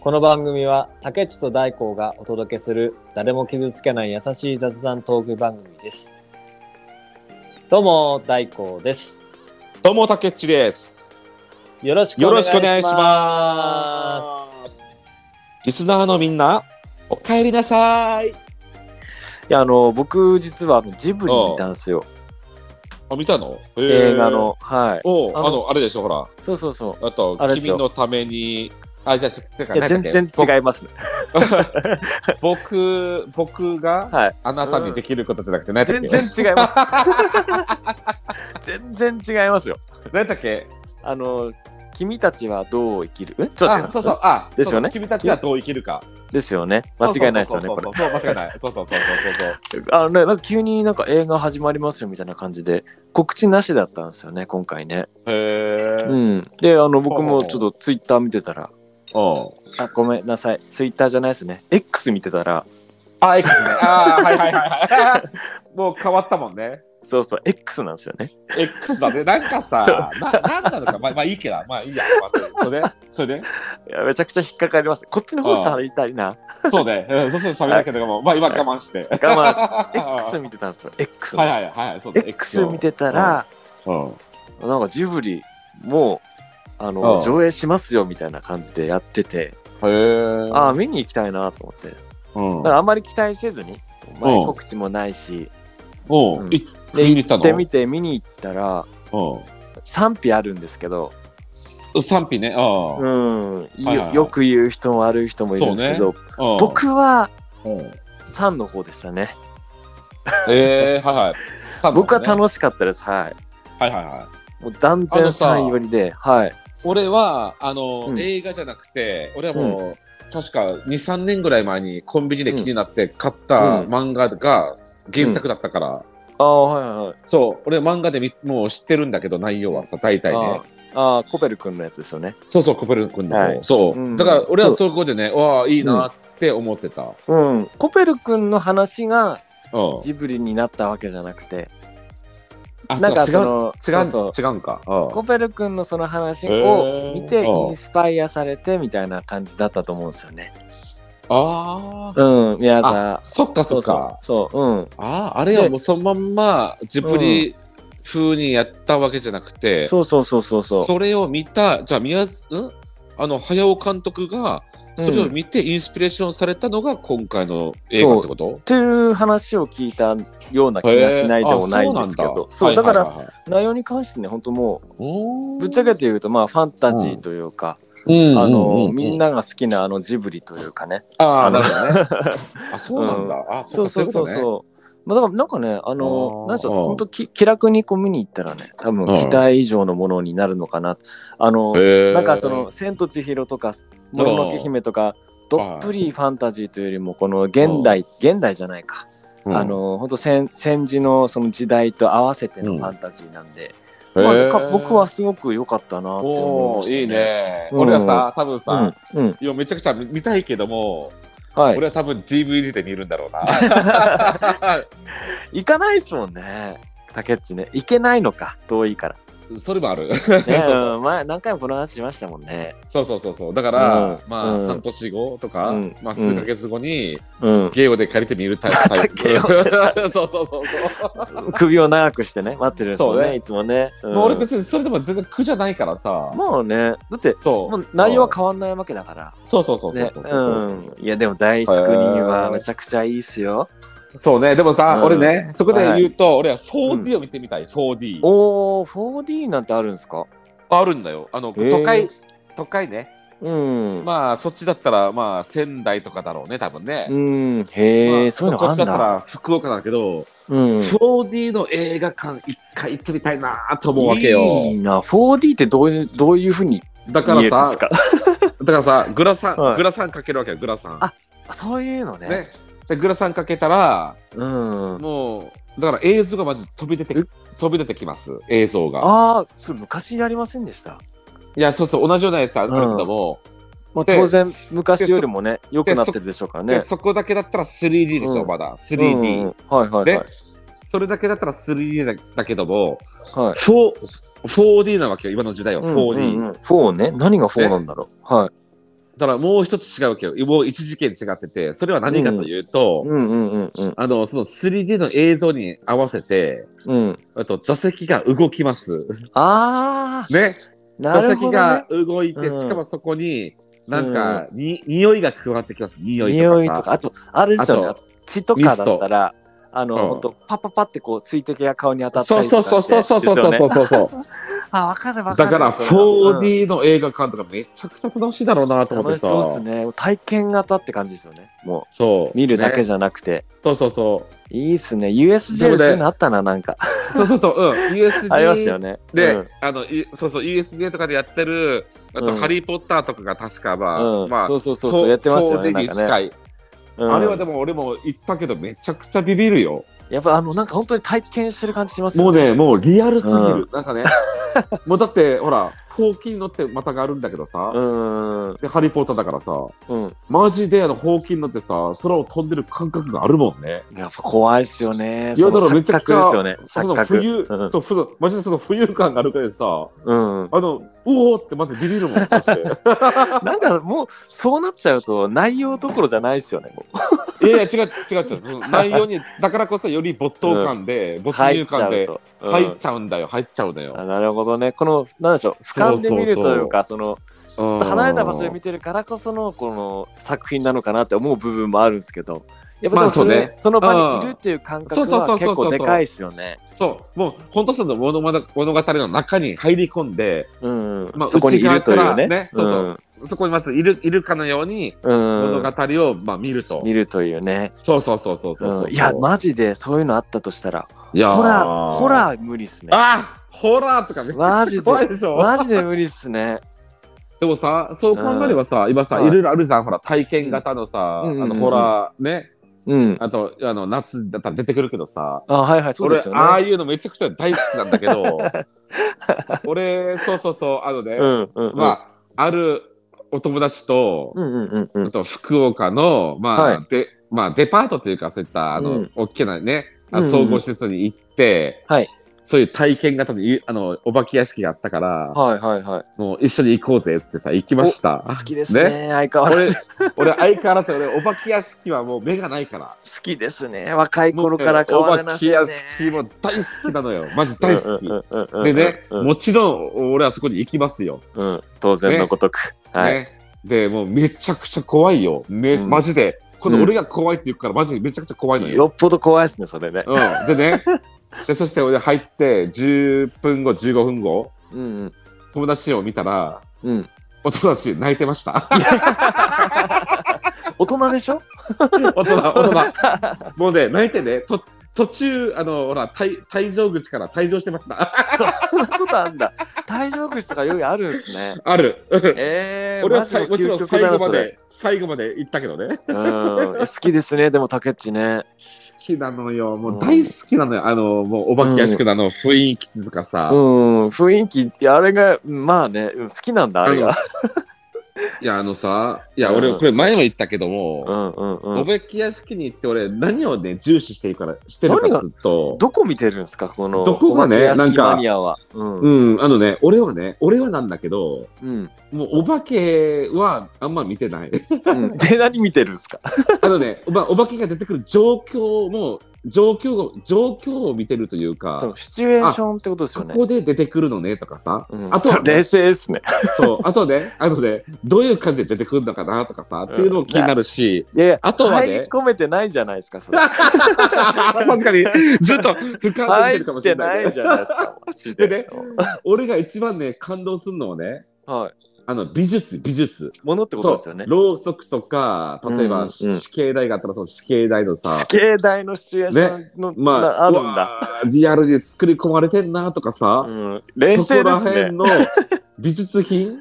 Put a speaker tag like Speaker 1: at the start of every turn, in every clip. Speaker 1: この番組は竹内と大光がお届けする誰も傷つけない優しい雑談トーク番組です。どうも大光です。
Speaker 2: どうも、たけっちです。
Speaker 1: よろしく
Speaker 2: よ
Speaker 1: お願
Speaker 2: ろ
Speaker 1: い
Speaker 2: しくお願い
Speaker 1: し
Speaker 2: し
Speaker 1: ま
Speaker 2: ます。リスナーのみんな、お帰りなさい。
Speaker 3: いや、あの、僕、実はあのジブリ見たんですよ。
Speaker 2: あ、見たの
Speaker 3: 映画。の。はい。
Speaker 2: おう
Speaker 3: あ
Speaker 2: あ
Speaker 3: の
Speaker 2: の、あれでしょ、ほら。
Speaker 3: そうそうそう。
Speaker 2: あと
Speaker 3: あ、れです
Speaker 2: 君
Speaker 3: よ
Speaker 2: のために。あ、じゃあ、ちょちょ
Speaker 3: いや、全然違いますね。
Speaker 2: 僕、僕が
Speaker 3: はい。
Speaker 2: あなたにできることじゃなくて、何だっ
Speaker 3: 全
Speaker 2: け
Speaker 3: 然違い ます。全然違いますよ。
Speaker 2: 何だっけ
Speaker 3: あの、君たちはどう生きるえちょっと待っ
Speaker 2: あ、
Speaker 3: て
Speaker 2: そうそう、あ、
Speaker 3: ですよね
Speaker 2: そうそう君たちはどう生きるか。
Speaker 3: ですよね。間違いないですよね、
Speaker 2: そう
Speaker 3: こ
Speaker 2: そ
Speaker 3: れ
Speaker 2: う。そうそう、そう間違いない。そうそうそうそうそう。
Speaker 3: あのね、なんか急になんか映画始まりますよみたいな感じで、告知なしだったんですよね、今回ね。
Speaker 2: へ
Speaker 3: う
Speaker 2: え。
Speaker 3: ん。で、あの、僕
Speaker 2: ほうほう
Speaker 3: もちょっとツイッター見てたら、
Speaker 2: うん。
Speaker 3: あ、ごめんなさい。ツイッターじゃないですね。X 見てたら、
Speaker 2: あ、X ね。あー、はいはいはい はい。もう変わったもんね。
Speaker 3: そうそう、X なんですよね。
Speaker 2: X だね。なんかさ、ななんなのか、まあ、まあいいけど、まあいいや。待ってそれで、それで、
Speaker 3: いやめちゃくちゃ引っかかります。こっちの方喋りたいな。
Speaker 2: そうね。うん、そうそう喋だけども、まあ今我慢して。
Speaker 3: 我慢。X
Speaker 2: は
Speaker 3: 見てたんですよ。X
Speaker 2: い
Speaker 3: の。
Speaker 2: はいはいはい、そうね
Speaker 3: X 見。てたら、
Speaker 2: うん。うん
Speaker 3: なんかジブリもうあの、
Speaker 2: うん
Speaker 3: 上映しますよみたいな感じでやってて、
Speaker 2: へえ。
Speaker 3: ああ、見に行きたいなと思って。だ
Speaker 2: うん。
Speaker 3: からあんまり期待せずに、
Speaker 2: う
Speaker 3: 前
Speaker 2: ん
Speaker 3: 告知もないし、
Speaker 2: お
Speaker 3: う
Speaker 2: う
Speaker 3: ん
Speaker 2: い、
Speaker 3: で
Speaker 2: 見に行った
Speaker 3: 行って
Speaker 2: の
Speaker 3: みて見に行ったら、
Speaker 2: うん。
Speaker 3: 賛否あるんですけど、
Speaker 2: す賛否ね。うん。
Speaker 3: うん、い
Speaker 2: はいはいはい
Speaker 3: よく言う人も悪い人もいるんですけど、
Speaker 2: うん
Speaker 3: 僕は
Speaker 2: うん
Speaker 3: 3の方でしたね。
Speaker 2: ええ、はいはい。賛否ね
Speaker 3: 僕は楽しかったです。はい。
Speaker 2: はいはいはい。
Speaker 3: もう断然
Speaker 2: あのさ
Speaker 3: 3よりで、はい。
Speaker 2: 俺は、あの
Speaker 3: う、ん
Speaker 2: 映画じゃなくて、俺はもう、確か2、3年ぐらい前にコンビニで気になって買った漫画が原作だったから、
Speaker 3: ああ、はいはいはい。
Speaker 2: そう、俺漫画でみもう知ってるんだけど、内容はさ、大体ね。
Speaker 3: ああああコペル君のやつですよね。
Speaker 2: そうそう、コペル君の方、
Speaker 3: はい
Speaker 2: そう、
Speaker 3: うん
Speaker 2: だから俺はそこでね、わあ、いいなって思ってた。うん。
Speaker 3: うん。コペル君の話が
Speaker 2: あ、
Speaker 3: ジブリになったわけじゃなくて、なんか
Speaker 2: 違、
Speaker 3: そうの、
Speaker 2: 違う、
Speaker 3: そう
Speaker 2: 違うんか。うん
Speaker 3: コペル君のその話
Speaker 2: へ
Speaker 3: を
Speaker 2: ー
Speaker 3: 見て
Speaker 2: ああ
Speaker 3: インスパイアされてみたいな感じだったと思うんですよね。
Speaker 2: あ
Speaker 3: うん、宮
Speaker 2: あ。あ
Speaker 3: 沢、。
Speaker 2: そっかそっか。
Speaker 3: そうそう、うん。
Speaker 2: ああ、あれは
Speaker 3: で
Speaker 2: もうそのまんま、ジブリ風にやったわけじゃなくて、
Speaker 3: そうそうそうそう
Speaker 2: そ
Speaker 3: そう。
Speaker 2: れを見た、じゃあ宮津、んあの、早尾監督が、それを見てインスピレーションされたのが今回の映画ってこと
Speaker 3: という話を聞いたような気がしないでもないんですけど、そうだから内容に関してね、本当もうぶ
Speaker 2: ぶ
Speaker 3: っちゃけて言うとまあファンタジーというか、あ
Speaker 2: あ
Speaker 3: のみんなが好きなあのジブリというかね、
Speaker 2: あ
Speaker 3: あ
Speaker 2: あ、
Speaker 3: の
Speaker 2: なるほどね。 あ、そうなんだ。あ、そ
Speaker 3: そうう
Speaker 2: かそ
Speaker 3: そうう
Speaker 2: いう
Speaker 3: そう
Speaker 2: こと
Speaker 3: そう。
Speaker 2: ね。
Speaker 3: まあ、だからなんかね、あ
Speaker 2: あ
Speaker 3: の、
Speaker 2: ー
Speaker 3: なんでしょう、
Speaker 2: うん
Speaker 3: 本当き気楽にこう見に行ったらね、多分
Speaker 2: うん
Speaker 3: 期待以上のものになるのかな。あの、
Speaker 2: へー
Speaker 3: なんかその、千と千尋とか、もののけ姫とか、どっぷりファンタジーというよりも、この現代、現代じゃないか。
Speaker 2: うん
Speaker 3: あ、の、本当戦戦時のその時代と合わせての
Speaker 2: うん
Speaker 3: ファンタジーなんで、
Speaker 2: へー
Speaker 3: まあか僕は。すごく良かったなって思い
Speaker 2: お
Speaker 3: ま
Speaker 2: お
Speaker 3: し
Speaker 2: ー
Speaker 3: た、
Speaker 2: いい。ね。
Speaker 3: うん
Speaker 2: 俺はさ、多分さ、
Speaker 3: うん、うん、
Speaker 2: いやめちゃくちゃ見たいけども、
Speaker 3: はい
Speaker 2: 俺。は多分 DVD で見るんだろうな。
Speaker 3: 行かないっすもんね、竹内ね。行けないのか、遠い から。
Speaker 2: それもある。
Speaker 3: ね
Speaker 2: そうそう
Speaker 3: うん前何回もこの話しましたもんね。
Speaker 2: そうそうそうそう。だから
Speaker 3: う、ん
Speaker 2: ま
Speaker 3: うん
Speaker 2: あ半年後とか
Speaker 3: うん、
Speaker 2: まあ数ヶ月後に
Speaker 3: うん、
Speaker 2: ゲオで借りて見るタイプ。タイ
Speaker 3: ゲオ
Speaker 2: プそうそうそうそう。
Speaker 3: 首を長くしてね待ってるんですよね
Speaker 2: そうね
Speaker 3: いつもね。うん
Speaker 2: もう俺別にそれでも全然苦じゃないからさ。
Speaker 3: もうねだって
Speaker 2: そう。
Speaker 3: もう内容は変わんないわけだから。
Speaker 2: そうそうそうそ
Speaker 3: ね
Speaker 2: うそうそうそうそう。
Speaker 3: うんいやでも大スクリーン
Speaker 2: へ
Speaker 3: は
Speaker 2: ー
Speaker 3: めちゃくちゃいいっすよ。
Speaker 2: そうね、でもさ、
Speaker 3: うん
Speaker 2: 俺ね、そこで言うと、俺は
Speaker 3: う
Speaker 2: 4D を見てみたい、4D。
Speaker 3: おー 4D なんてあるんですか
Speaker 2: あるんだよ。あの、
Speaker 3: へー
Speaker 2: 都会、都会ね。
Speaker 3: うん。
Speaker 2: まあ、そっちだったら、まあ、仙台とかだろうね、多分ね。
Speaker 3: うん、へえ、
Speaker 2: まあ
Speaker 3: そういうのあん
Speaker 2: こっちだった
Speaker 3: だ。
Speaker 2: ら福岡だけど、
Speaker 3: うん、
Speaker 2: 4D の映画館一回行ってみたいなと思うわけよ。
Speaker 3: いいな 4D ってどういうどういうふうに
Speaker 2: だか
Speaker 3: 見える
Speaker 2: ら
Speaker 3: んです、
Speaker 2: さ
Speaker 3: か
Speaker 2: だからさ、グラサン、
Speaker 3: はい
Speaker 2: グラサンかけるわけよ、グラサン。
Speaker 3: あ そういうのね。
Speaker 2: ね。で、グラサンかけたら、
Speaker 3: うん、あ
Speaker 2: もう、だから映像がまず飛び出て
Speaker 3: え、
Speaker 2: 飛び出てきます、映像が。
Speaker 3: あーそれ昔やりませんでした。
Speaker 2: いや、そうそう、同じようなやつあるんだもん。
Speaker 3: まあ、
Speaker 2: で
Speaker 3: 当然昔よりもね良くなってるでしょうからね
Speaker 2: で。そこだけだったら 3D でしょ、
Speaker 3: うん
Speaker 2: まだ
Speaker 3: うん
Speaker 2: 3D、
Speaker 3: はいはい
Speaker 2: で、
Speaker 3: はい。
Speaker 2: それだけだったら 3D だだけども
Speaker 3: はい
Speaker 2: 4- 4D なわけよ今の時代は 4D、
Speaker 3: うんうんうん、4ね何が4なんだろうは
Speaker 2: だからもう一つ違うわけど、もう一事件違ってて、それは何かというと、
Speaker 3: うんうんうんうん。
Speaker 2: あの、その 3D の映像に合わせて、
Speaker 3: うん。
Speaker 2: あと座席が動きます。
Speaker 3: ああ、
Speaker 2: ね。
Speaker 3: なる
Speaker 2: 座
Speaker 3: ほ
Speaker 2: 席
Speaker 3: ど、ね
Speaker 2: が。動いて、
Speaker 3: うん
Speaker 2: しかもそこに、なんか、に、匂いが加わってきます。匂いとかさ。
Speaker 3: 匂いとか、あと、あれですよね、あ
Speaker 2: あ
Speaker 3: と血とかだったら、あの、
Speaker 2: うん
Speaker 3: ほんと、パッパッパってこう、水滴が顔に当たった
Speaker 2: そう
Speaker 3: りと
Speaker 2: そ
Speaker 3: か
Speaker 2: うそうそうそうそうそうそうそう。
Speaker 3: あ、わかるわか
Speaker 2: だ
Speaker 3: る。
Speaker 2: から
Speaker 3: それは
Speaker 2: 4D の映画館とかめちゃくちゃ楽しいだろうなと
Speaker 3: うん
Speaker 2: 思
Speaker 3: 楽
Speaker 2: って
Speaker 3: し
Speaker 2: さ。
Speaker 3: そうですね。体験型って感じですよね。も
Speaker 2: そう
Speaker 3: う、見るだけ
Speaker 2: ね
Speaker 3: じゃなくて。
Speaker 2: そうそうそ
Speaker 3: いいっすね。USJ
Speaker 2: で
Speaker 3: で
Speaker 2: もね
Speaker 3: そういうのあったな、なんか。
Speaker 2: う。そうそうそう。うん。USJ
Speaker 3: ありましたよね。
Speaker 2: で、
Speaker 3: うん
Speaker 2: あの、いそうそう、USJ とかでやってる、あと、
Speaker 3: うん
Speaker 2: ハリー・ポッターとかが確か、まあ、
Speaker 3: うん
Speaker 2: まあ、
Speaker 3: そうそうそうそう、やってましたよね。
Speaker 2: 4D
Speaker 3: なん
Speaker 2: に
Speaker 3: か
Speaker 2: 近
Speaker 3: ね。
Speaker 2: い、
Speaker 3: うん
Speaker 2: あれはでも俺も行ったけど、めちゃくちゃビビるよ。
Speaker 3: やっぱあの、なんか本当に体験してる感じしますよ
Speaker 2: もうね、もうリアルすぎる。
Speaker 3: う
Speaker 2: なんかね、 もうだって、ほら、ほうきに乗ってまたがるんだけどさ、
Speaker 3: うんうん
Speaker 2: で、ハリー・ポッターだからさ、
Speaker 3: うん。うん
Speaker 2: マジであの、ほうきに乗ってさ、空を飛んでる感覚があるもんね。
Speaker 3: やっぱ怖いっすよね。
Speaker 2: い
Speaker 3: その
Speaker 2: やだからめちゃくちゃ
Speaker 3: 錯覚です
Speaker 2: そ
Speaker 3: よね。錯
Speaker 2: の
Speaker 3: 覚。
Speaker 2: 冬、
Speaker 3: うん
Speaker 2: そう、ふマジでその浮遊感があるからさ、
Speaker 3: うん。
Speaker 2: あの、うおーってまずビビるもん、マジで。
Speaker 3: なんかもうそうなっちゃうと内容どころじゃないですよね。も
Speaker 2: いやいや違う違う違うその内容にだからこそより没頭感で、
Speaker 3: う
Speaker 2: 没入感で
Speaker 3: 入っちゃうと。う
Speaker 2: 入っ
Speaker 3: ん
Speaker 2: ちゃうんだよ入っちゃうんだよ
Speaker 3: あ、なるほどね。このなんでしょう
Speaker 2: そ
Speaker 3: 掴
Speaker 2: うんそう
Speaker 3: で
Speaker 2: そう
Speaker 3: 見るというかその
Speaker 2: うん
Speaker 3: 離れた場所で見てるからこそのこの作品なのかなって思う部分もあるんですけど。やっぱで
Speaker 2: ま
Speaker 3: も
Speaker 2: あ
Speaker 3: そ
Speaker 2: そう
Speaker 3: れ、
Speaker 2: ね
Speaker 3: その場にいるっていう感覚
Speaker 2: うんそうそうそ
Speaker 3: は
Speaker 2: うそう
Speaker 3: 結構でかいですよね。
Speaker 2: そうもう本当その物物語の中に入り込んで、
Speaker 3: うんうん
Speaker 2: まあ
Speaker 3: そこにいるという
Speaker 2: 内側から
Speaker 3: ね
Speaker 2: ね。そうそうそこにまずいるいるかのように
Speaker 3: うん
Speaker 2: 物
Speaker 3: うん
Speaker 2: 語を、まあ、見ると
Speaker 3: 見るというね。
Speaker 2: そうそうそうそうそうそう、
Speaker 3: うんいや、マジでそういうのあったとしたら、
Speaker 2: いやー
Speaker 3: ホラー、ホラー無理っすね。
Speaker 2: あホラーとかめっちゃ
Speaker 3: マ
Speaker 2: く
Speaker 3: ジ
Speaker 2: ち
Speaker 3: で
Speaker 2: ゃ怖いでしょ
Speaker 3: マジで無理っすね。
Speaker 2: でもさそう考えればさ、今さ
Speaker 3: はい
Speaker 2: いろいろあるじゃんほら体験型のさ、
Speaker 3: うんうん
Speaker 2: あ
Speaker 3: うんう
Speaker 2: の
Speaker 3: ん
Speaker 2: ホラーね
Speaker 3: うん。
Speaker 2: あと、あの、夏だったら出てくるけどさ、
Speaker 3: あ、はいはい、そう
Speaker 2: 俺
Speaker 3: です、よね。
Speaker 2: ああいうのめちゃくちゃ大好きなんだけ ど、俺、そうそうそう、あのね、
Speaker 3: うんうんうん。
Speaker 2: まあ、あるお友達と、
Speaker 3: うんうんうんう
Speaker 2: あ
Speaker 3: ん。
Speaker 2: と福岡の、まあ、
Speaker 3: はい
Speaker 2: で、まあ、デパートというか、そういった、あの、
Speaker 3: うん
Speaker 2: 大きなね、あ
Speaker 3: うんうん
Speaker 2: 総合施設に行って、
Speaker 3: はい
Speaker 2: そういう体験型のゆ、あの、お化け屋敷があったから、
Speaker 3: はいはいはい。
Speaker 2: もう一緒に行こうぜ、つってさ、行きました。
Speaker 3: 好きですね。
Speaker 2: ね
Speaker 3: 相変わらず
Speaker 2: 俺、俺、相変わらず、俺、お化け屋敷はもう目がないから。
Speaker 3: 好きですね。若い頃から変わらな
Speaker 2: お化
Speaker 3: い、ね。
Speaker 2: け屋敷も大好きなのよ。マジ大好き。
Speaker 3: うんうんうんうん
Speaker 2: でね、
Speaker 3: うん
Speaker 2: もちろん俺はそこに行きますよ。
Speaker 3: うん、当然のごとく。はい。
Speaker 2: ね、で、もうめちゃくちゃ怖いよ。め
Speaker 3: うん
Speaker 2: マジで。この俺が怖いって言うから、マジでめちゃくちゃ怖いのよ。
Speaker 3: よっぽど怖いですね、それね。
Speaker 2: うん、でね、でそして俺入って10分後、15分後、
Speaker 3: うん
Speaker 2: 友達を見たら、
Speaker 3: うん。うん。
Speaker 2: お友達泣いて ました。
Speaker 3: 大人でしょ
Speaker 2: 大人、大人。もうね、泣いてね、と途中、あの、ほら、退退場口から退場してました。
Speaker 3: そんなことあんだ。退場口とかよりあるんです ね。
Speaker 2: ある。
Speaker 3: えー、
Speaker 2: 俺は
Speaker 3: マジ
Speaker 2: さ
Speaker 3: で
Speaker 2: いもちろ
Speaker 3: 究
Speaker 2: ん
Speaker 3: 極
Speaker 2: 最
Speaker 3: だな
Speaker 2: 後まで、最後まで行ったけどね。
Speaker 3: それうん。好きですね、でも、タケッチ ね。
Speaker 2: 好きなのよ。もう大好きなのよ。あの、もうお化け屋敷のあの雰囲気とかさ。
Speaker 3: うん、雰囲気いや、あれが、まあね、うん好きなんだ、あ
Speaker 2: あの
Speaker 3: れが。
Speaker 2: いや、あのさ、いや、
Speaker 3: うん
Speaker 2: 俺、これ前も言ったけども、
Speaker 3: うんうんうん
Speaker 2: お。化け屋敷に行って俺、何をね、重視してるから、してる
Speaker 3: 何
Speaker 2: か
Speaker 3: が
Speaker 2: ずっと。
Speaker 3: どこ見てるんですかその
Speaker 2: どこが
Speaker 3: お化け
Speaker 2: ね
Speaker 3: 屋敷
Speaker 2: なんか
Speaker 3: マニアは。うん。うん。
Speaker 2: うん、あのね、俺はね、俺はなんだけど、
Speaker 3: うん。
Speaker 2: もうお化けはあんま見てない。
Speaker 3: で何見てるんですか。
Speaker 2: あのね、まあ、お化けが出てくる状況も、状況を、状況を見てるとい
Speaker 3: そ
Speaker 2: う
Speaker 3: の
Speaker 2: か、
Speaker 3: シチュエーションってことですよ
Speaker 2: こ
Speaker 3: ね。
Speaker 2: こで出てくるのねとかさ、
Speaker 3: うん、
Speaker 2: あとはね
Speaker 3: 冷静ですね。
Speaker 2: そう、あとね、あとね、どういう感じで出てくるのかなとかさ、っていうのも気になる し、
Speaker 3: いやいや、
Speaker 2: あとは
Speaker 3: 入り
Speaker 2: ね、
Speaker 3: 込めてないじゃないですか。それ
Speaker 2: 確かに、ずっと俯瞰で見て
Speaker 3: 入
Speaker 2: るかも
Speaker 3: っ
Speaker 2: してれな、
Speaker 3: ないいじゃないですか。マジで
Speaker 2: でね俺が一番ね、感動するのはね、
Speaker 3: はい。
Speaker 2: あの、美術、美術。
Speaker 3: ものってことですよね。
Speaker 2: ろうそくとか、例え
Speaker 3: うんう
Speaker 2: ば、
Speaker 3: ん
Speaker 2: 死刑台があったら、その死刑台のさ
Speaker 3: 死、刑台のシチュエーションの、
Speaker 2: ま
Speaker 3: な
Speaker 2: あ、
Speaker 3: あ
Speaker 2: う
Speaker 3: るんだ。
Speaker 2: わーリアルに作り込まれてんなとか
Speaker 3: う
Speaker 2: さ、
Speaker 3: ん、冷
Speaker 2: そこ
Speaker 3: 静で
Speaker 2: ら
Speaker 3: すね
Speaker 2: 辺。 の美術品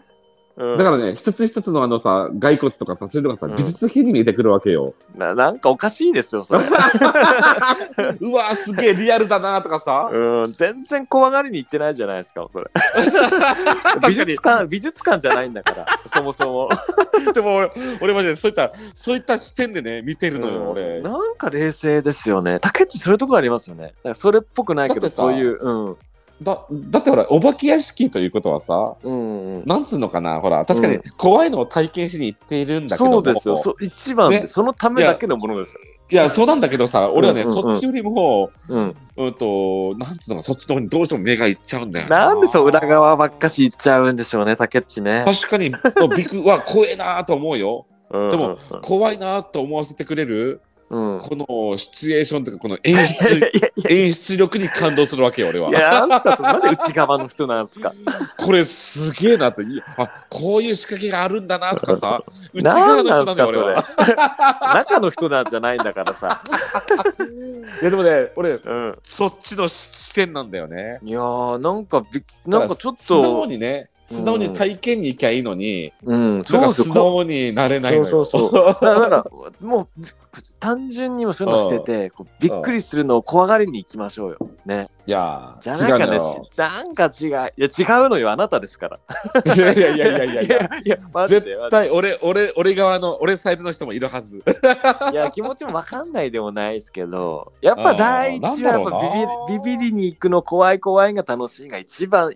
Speaker 3: うん
Speaker 2: だからね、一つ一つのあのさ、骸骨とかさ、そういうのがさ、
Speaker 3: うん
Speaker 2: 美術品に見えてくるわけ よ。
Speaker 3: ななんかおかしいですよ、 それ。
Speaker 2: うわーすげえリアルだなとかさ。
Speaker 3: うん、全然怖がりに行ってないじゃないですか、 それ。
Speaker 2: か
Speaker 3: 美
Speaker 2: に
Speaker 3: 術館、美術館じゃないんだから、そもそも。
Speaker 2: でも俺、俺はね、そういった、そういった視点でね、見てるのよ、俺。
Speaker 3: なんか冷静ですよね。竹内そういうとこありますよね。なんかそれっぽくないけ
Speaker 2: だ
Speaker 3: ど、
Speaker 2: ってさ
Speaker 3: そういう、うん。
Speaker 2: だだってほらお化け屋敷ということはさ
Speaker 3: うんうん
Speaker 2: なんつうのかなほら確か
Speaker 3: う
Speaker 2: に
Speaker 3: ん
Speaker 2: 怖いのを体験しに行っているんだけ
Speaker 3: そ
Speaker 2: ども
Speaker 3: うですよ、そう一番で、
Speaker 2: ね
Speaker 3: そのためだけのものですよ。
Speaker 2: いやそうなんだけどさ俺はね、
Speaker 3: うんうんうん
Speaker 2: そっちよりも
Speaker 3: うん、
Speaker 2: うんとなんつうのかそっちの方にどうしても目がいっちゃうんだよ
Speaker 3: なんでそう裏側ばっかし言っちゃうんでしょうね、竹内ね。
Speaker 2: 確かにビクは怖えなと思う よ
Speaker 3: で
Speaker 2: でも、怖いなと思わせてくれる
Speaker 3: うん、
Speaker 2: このシチュエーションとかこの演
Speaker 3: いやいや
Speaker 2: 出演出力に感動するわけよ俺はい
Speaker 3: や、いやあんたそれなんで内側の人なんですか。
Speaker 2: これすげえなといいあこういう仕掛けがあるんだなとかさ内
Speaker 3: な
Speaker 2: 側
Speaker 3: ん
Speaker 2: の
Speaker 3: な
Speaker 2: 人
Speaker 3: ん
Speaker 2: な
Speaker 3: す
Speaker 2: んだ
Speaker 3: か
Speaker 2: よ
Speaker 3: そ
Speaker 2: 俺
Speaker 3: れ
Speaker 2: は。
Speaker 3: 中の人なんじゃないんだからさ。
Speaker 2: いやでもね俺
Speaker 3: うん、
Speaker 2: そっちの視点なんだよね
Speaker 3: いやーなんかびっなんかちょっ
Speaker 2: 素直
Speaker 3: と、
Speaker 2: にね素直に体験に行きゃいいのに、
Speaker 3: うん、
Speaker 2: な
Speaker 3: そ
Speaker 2: ん
Speaker 3: う
Speaker 2: か
Speaker 3: です
Speaker 2: 素
Speaker 3: よ。こ
Speaker 2: 直になれないの
Speaker 3: そう
Speaker 2: よ
Speaker 3: そうそう。だからだからもう単純にもそういうの捨てて、こうびっくりするのを怖がりに行きましょうよ。ね。
Speaker 2: いや
Speaker 3: じゃな
Speaker 2: ー違
Speaker 3: ん
Speaker 2: う
Speaker 3: か
Speaker 2: の
Speaker 3: ね
Speaker 2: よ、
Speaker 3: しなんか違う。いや違うのよ、あなたですから。
Speaker 2: いやいやいやいやいやいや
Speaker 3: いや、マジで。
Speaker 2: 絶対俺俺俺側の俺サイズの人もいるはず
Speaker 3: いや、気持ちもわかんないでもないですけど、やっぱ第一はやっぱビビビビりに行くの怖い怖いが楽しいが一番、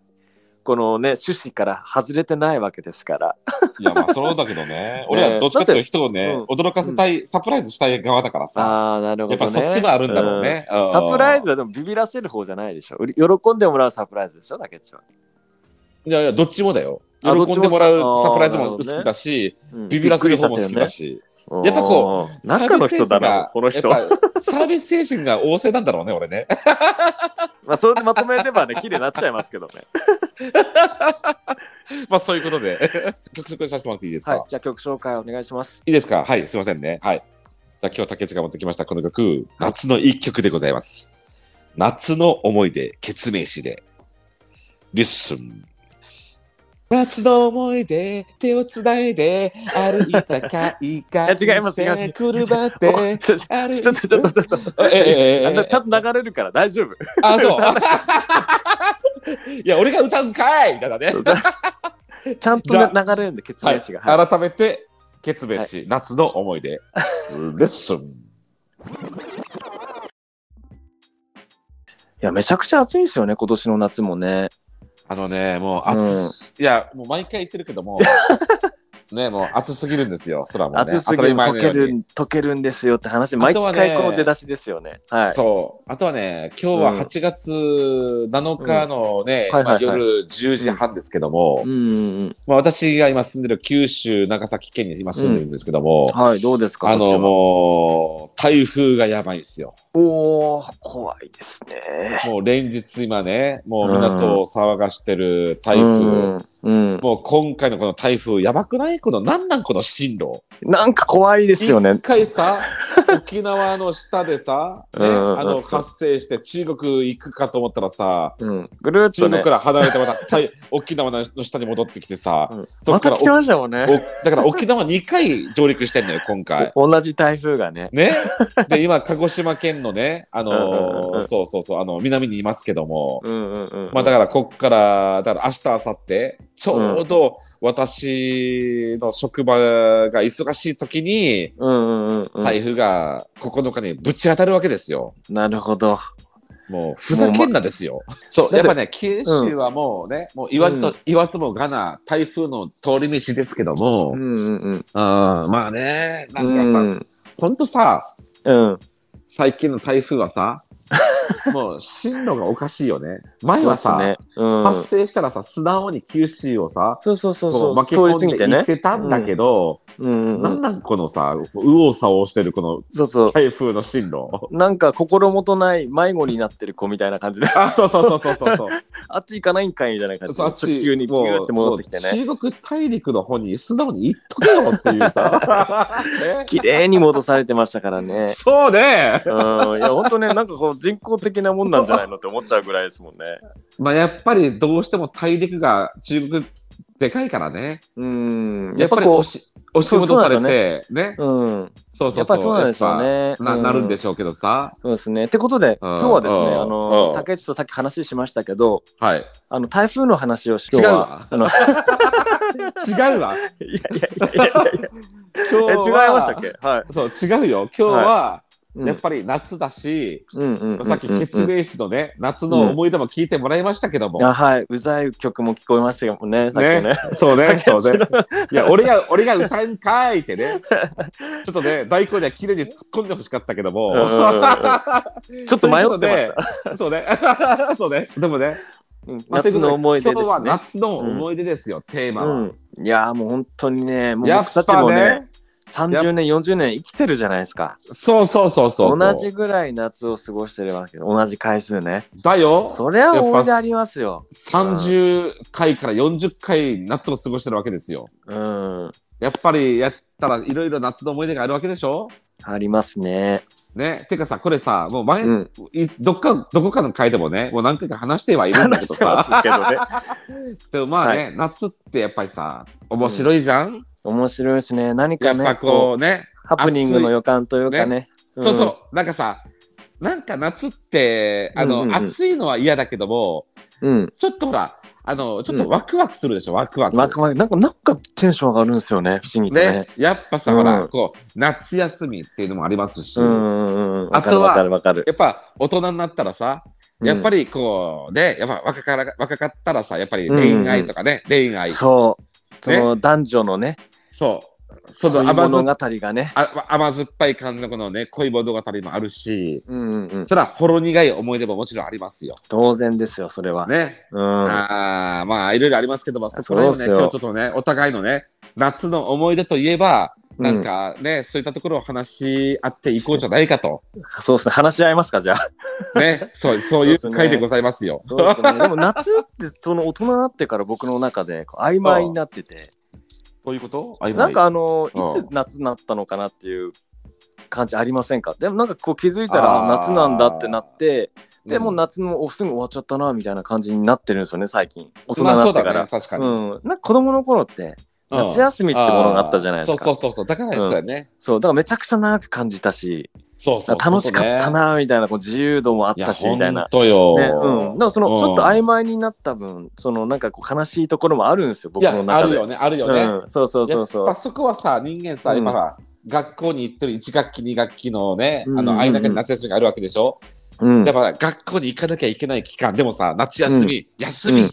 Speaker 3: このね、趣旨から外れてないわけですから。
Speaker 2: いやまあそうだけど ね俺はどっちかっていうと人をね、
Speaker 3: だって
Speaker 2: 驚かせたい、サプライズしたい側だからさ
Speaker 3: ああ、なる
Speaker 2: や
Speaker 3: ほ
Speaker 2: っぱ
Speaker 3: ど、ね。
Speaker 2: そっちがあるんだろうね、
Speaker 3: うん。サプライズはでもビビらせる方じゃないでしょ。うり喜んでもらうサプライズでしょ、だけちゃん。
Speaker 2: いやいや、どっちもだよ。喜
Speaker 3: あどっちも
Speaker 2: んでもらうサプライズ
Speaker 3: あ
Speaker 2: も
Speaker 3: ーなるほ
Speaker 2: 好
Speaker 3: どね
Speaker 2: きだし、
Speaker 3: うん
Speaker 2: ビビらせる方も好きだ。し。やっぱこ
Speaker 3: う中の人だな、この人。
Speaker 2: やっぱサービス精神が旺盛なんだろうね、俺ね。
Speaker 3: まあ、それでまとめればね、綺麗になっちゃいますけどね。
Speaker 2: まあそういうこ とで、曲紹介させてもらっていいですか、
Speaker 3: はい
Speaker 2: い、、
Speaker 3: じゃあ曲紹介お願いします。
Speaker 2: いですかはい、すいませんね。はい。じゃあ今日竹内が持ってきましたこの曲、夏の一曲でございます。夏の思い出、ケツメイシで。リッスン。夏の思い出、手をつないで、歩いたかいか
Speaker 3: いや違います違います
Speaker 2: 車
Speaker 3: お
Speaker 2: で、
Speaker 3: ちょち
Speaker 2: ある
Speaker 3: ょっとちょっとちょっと。
Speaker 2: ええええ
Speaker 3: あんなちゃんと流れるから大 丈夫。
Speaker 2: あ、そう。 いや、俺が歌うんかいみたいなね。
Speaker 3: ちゃんと
Speaker 2: じ
Speaker 3: ね
Speaker 2: ゃ
Speaker 3: 流れるんで、決
Speaker 2: は
Speaker 3: 明
Speaker 2: い、
Speaker 3: 詞が。はい
Speaker 2: 改めて、決別し、夏の思い出、レッスン。
Speaker 3: いや、めちゃくちゃ暑いですよね、今年の夏もね。
Speaker 2: あのね、もう暑す、いや、もう毎回言ってるけ ども、ね、もう暑すぎるんですよ、空もね。
Speaker 3: 暑すぎ
Speaker 2: 当
Speaker 3: る
Speaker 2: たり前
Speaker 3: 溶
Speaker 2: の
Speaker 3: け
Speaker 2: ように。
Speaker 3: る、溶けるんですよって話、
Speaker 2: はね
Speaker 3: 毎回この出だしですよね。はい。
Speaker 2: そうあとはね、今日は
Speaker 3: うん
Speaker 2: 8月7日のね、
Speaker 3: うんはいはいはい
Speaker 2: まあ夜10時半ですけども、
Speaker 3: うんうん
Speaker 2: まあ、私が今住んでる九州、長崎県に今住んでるんですけども、
Speaker 3: うん。はい、どうですか
Speaker 2: あ
Speaker 3: こっち
Speaker 2: の
Speaker 3: は
Speaker 2: もう台風がやばいですよ。
Speaker 3: おー、怖いですね。
Speaker 2: もう連日今ね、もう港を騒がしてる台風。
Speaker 3: うんうん。
Speaker 2: もう今回のこの台風、やばくないこの、なんなんこの進路。
Speaker 3: なんか怖いですよね
Speaker 2: 一。回さ、沖縄の下でさ、ね、
Speaker 3: うん
Speaker 2: あの、発生して中国行くかと思ったらさ、
Speaker 3: うん。ぐるーっ
Speaker 2: 中
Speaker 3: と
Speaker 2: 国
Speaker 3: ね
Speaker 2: か。ら離れてま た、台沖縄の下に戻ってきてさ、
Speaker 3: うん
Speaker 2: そ
Speaker 3: ま
Speaker 2: っか
Speaker 3: た
Speaker 2: ら
Speaker 3: 来てましたもん
Speaker 2: お
Speaker 3: ね。
Speaker 2: だから沖縄2回上陸してんのよ、今回。
Speaker 3: 同じ台風がね。
Speaker 2: ね、で今鹿児島県のね、あ
Speaker 3: うんうん
Speaker 2: の
Speaker 3: うんう
Speaker 2: ー
Speaker 3: ん
Speaker 2: そうそうそうあの南にいますけども、
Speaker 3: うんうんうん。
Speaker 2: まあだからこっからだから明日明後日ちょうど私の職場が忙しい時に
Speaker 3: うんうんうんうん。
Speaker 2: 台風が9日にぶち当たるわけですよ。
Speaker 3: なるほど。
Speaker 2: もうふざけんなですよ。そう
Speaker 3: だっ
Speaker 2: やってぱね九州はもうね、もう言わずと、
Speaker 3: うん
Speaker 2: 言わずもがな台風の通り道ですけども、
Speaker 3: う
Speaker 2: うん
Speaker 3: んうん
Speaker 2: まあねなんかさ、
Speaker 3: うん
Speaker 2: ほんとさ
Speaker 3: うん。うん。
Speaker 2: 最近の台風は さもう進路がおかしいよね前はさ、
Speaker 3: そうですねうん
Speaker 2: 発生したらさ素直に九州をさ
Speaker 3: そうそうそう
Speaker 2: こ
Speaker 3: そうう。
Speaker 2: 巻
Speaker 3: 通
Speaker 2: き
Speaker 3: り過
Speaker 2: 込ん
Speaker 3: ぎ
Speaker 2: で
Speaker 3: て
Speaker 2: いっ
Speaker 3: ね。
Speaker 2: てたんだけど、
Speaker 3: うんう
Speaker 2: なん
Speaker 3: うんん。
Speaker 2: なんこのさ右往左往してるこの
Speaker 3: そうそう。
Speaker 2: 台風の進路
Speaker 3: なんか心もとない迷子になってる子みたいな感じで、
Speaker 2: あそうそうそう そうそう
Speaker 3: あっち行かないんかいみたいな感じ
Speaker 2: そう
Speaker 3: で、急にピューって戻ってきて
Speaker 2: も
Speaker 3: ね。
Speaker 2: う中国大陸の方に素直に行っとけよっていうさね。
Speaker 3: 綺麗に戻されてましたからね
Speaker 2: そう ね
Speaker 3: うん、いや本当ね、なんかこう人工的なもんなんじゃないのって思っちゃうぐらいですもんね。
Speaker 2: まあやっぱりどうしても大陸が中国でかいからね
Speaker 3: うん、
Speaker 2: やっぱり
Speaker 3: こ
Speaker 2: 押し押し戻されてね
Speaker 3: う、うん、
Speaker 2: そうそ
Speaker 3: や
Speaker 2: う
Speaker 3: っぱ
Speaker 2: そう
Speaker 3: りそうなんでしょう
Speaker 2: やっ
Speaker 3: ね。
Speaker 2: ぱななるんで
Speaker 3: ょ
Speaker 2: しょうけどさ、
Speaker 3: そうですね。ってことで、
Speaker 2: うん
Speaker 3: 今日はですね、
Speaker 2: うん
Speaker 3: あの、
Speaker 2: うん
Speaker 3: 竹内とさっき話しましたけど、
Speaker 2: はい
Speaker 3: あの台風の話をし今
Speaker 2: 違う
Speaker 3: 日は
Speaker 2: わ
Speaker 3: あの
Speaker 2: 違うわ
Speaker 3: いやいやいやいやいや。
Speaker 2: 今
Speaker 3: え
Speaker 2: 日
Speaker 3: 違いました
Speaker 2: は
Speaker 3: っけ？はい。
Speaker 2: そう違うよ今日は、
Speaker 3: うん
Speaker 2: やっぱり夏だし、
Speaker 3: うんうんうんうん
Speaker 2: さっき、ケツメイシのね、夏の思い出も聞いてもらいましたけども、
Speaker 3: あはい、うざい曲も聞こえましたもんね、さっきね。
Speaker 2: そう ね、そうね。いや、俺が、俺が歌うんかーいってね、ちょっとね、大根には綺麗に突っ込んでほしかったけど
Speaker 3: う
Speaker 2: も、
Speaker 3: んうんうんうんちょっと迷ってました。
Speaker 2: た。そうね、 そうね、でもね、
Speaker 3: うん
Speaker 2: まあ
Speaker 3: 夏の思い出です
Speaker 2: と
Speaker 3: ね。
Speaker 2: うことで今日は夏の思い出ですよ、テーマは。
Speaker 3: うん、いやーもう本当にね、もう
Speaker 2: や
Speaker 3: 僕た
Speaker 2: っ
Speaker 3: ちも
Speaker 2: ぱ
Speaker 3: ね
Speaker 2: ね、、
Speaker 3: 30年、40年生きてるじゃないですか。
Speaker 2: そうそうそうそうそう。
Speaker 3: 同じぐらい夏を過ごしてるわけで、同じ回数ね。
Speaker 2: だよ。
Speaker 3: そりゃ思い出ありますよ。
Speaker 2: 30回から40回夏を過ごしてるわけですよ。
Speaker 3: うん、
Speaker 2: やっぱりやったらいろいろ夏の思い出があるわけでしょ
Speaker 3: ありますね。
Speaker 2: ね。てかさ、これさ、もう前、
Speaker 3: うん、
Speaker 2: いどっか、どこかの回でもね、もう何回か話してはいるんだけど
Speaker 3: 話してま
Speaker 2: さ。
Speaker 3: すけどね
Speaker 2: でもまあね、夏ってやっぱりさ、面白いじゃん、
Speaker 3: 面白いですね。何
Speaker 2: や
Speaker 3: か
Speaker 2: っ
Speaker 3: ね、
Speaker 2: ぱこうね。
Speaker 3: うハプニングの予感というかね。ん
Speaker 2: そうそう。なんかさ、なんか夏って、あの、
Speaker 3: うんうんうん
Speaker 2: 暑いのは嫌だけども、
Speaker 3: う。うん。
Speaker 2: ちょっとほら、あの、ちょっとワクワクするでしょ、ワクワク。
Speaker 3: なんか、なんか、なんかテンション上がるんですよね、不思議とね
Speaker 2: ね。、やっぱさ、
Speaker 3: うん
Speaker 2: ほら、こう、夏休みっていうのもありますし、
Speaker 3: うんうんうん。
Speaker 2: あとは
Speaker 3: わかるわかるわかる。
Speaker 2: やっぱ大人になったらさ、やっぱ
Speaker 3: り、
Speaker 2: りこう、ね、やっぱ若から若かったらさ、やっぱり恋愛とかね、恋愛、
Speaker 3: そう。その男女のね、
Speaker 2: そう、
Speaker 3: そ
Speaker 2: その
Speaker 3: の
Speaker 2: 甘
Speaker 3: 物
Speaker 2: 酸
Speaker 3: 語がね。
Speaker 2: あ甘酸っぱい感じのこのね、恋物語もあるし、
Speaker 3: うんうんうん。
Speaker 2: そら、ほろ苦い思い出ももちろんありますよ。
Speaker 3: 当然ですよ、それは。
Speaker 2: ね。
Speaker 3: うん。
Speaker 2: ああ、まあ、いろいろありますけども、そこら
Speaker 3: そうっ
Speaker 2: 辺
Speaker 3: す
Speaker 2: ね、
Speaker 3: よ
Speaker 2: 今日ちょっとね、お互いのね、夏の思い出といえば、なんかね、そういったところを話し合っていこうじゃないかと。
Speaker 3: うんそうですね。話し合いますか、じゃあ。
Speaker 2: ね、 そう、そういう回でございますよ。
Speaker 3: そうですね。でも夏って、その大人になってから僕の中でこう曖昧になってて、
Speaker 2: どういうこと
Speaker 3: なんか、あの、
Speaker 2: うん
Speaker 3: いつ夏になったのかなっていう感じありませんかでもなんかこう気づいた
Speaker 2: あ
Speaker 3: ら
Speaker 2: ー
Speaker 3: 夏なんだってなって、でもう
Speaker 2: うん
Speaker 3: 夏もおすぐ終わっちゃったなみたいな感じになってるんですよね、最近。大人に
Speaker 2: まあ
Speaker 3: な
Speaker 2: そ
Speaker 3: っ
Speaker 2: う
Speaker 3: て
Speaker 2: だ
Speaker 3: から。
Speaker 2: ね、確かに。
Speaker 3: うん、なんか子供の頃って
Speaker 2: うん
Speaker 3: 夏休みってものがあったじゃないですか。
Speaker 2: あーそうそうそうそう、だから
Speaker 3: うん
Speaker 2: そうやね。
Speaker 3: そうだからめちゃくちゃ長く感じたし、
Speaker 2: そうそうそう。
Speaker 3: 楽しかった
Speaker 2: ね。
Speaker 3: なみたいなこう自由度もあっ
Speaker 2: いや、
Speaker 3: たし
Speaker 2: ほ。
Speaker 3: みたいなん
Speaker 2: とよ。
Speaker 3: ねうん、だからその
Speaker 2: うん
Speaker 3: ちょっと曖昧になった分、そのなんかこう悲しいところもあるんですよ、
Speaker 2: い
Speaker 3: 僕の
Speaker 2: や、あ
Speaker 3: 中
Speaker 2: る
Speaker 3: で。
Speaker 2: よね、あるよね。
Speaker 3: うん、そうそうそうそ
Speaker 2: や
Speaker 3: う
Speaker 2: っぱ。そこはさ、人間さ、
Speaker 3: うん
Speaker 2: 今ほら、学校に行ってる1学期、2学期のね、あ
Speaker 3: うんうんうん
Speaker 2: の、間に夏休みがあるわけでしょ。
Speaker 3: うん
Speaker 2: やっぱ学校に行かなきゃいけない期間、でもさ、夏休み、休
Speaker 3: うん
Speaker 2: み。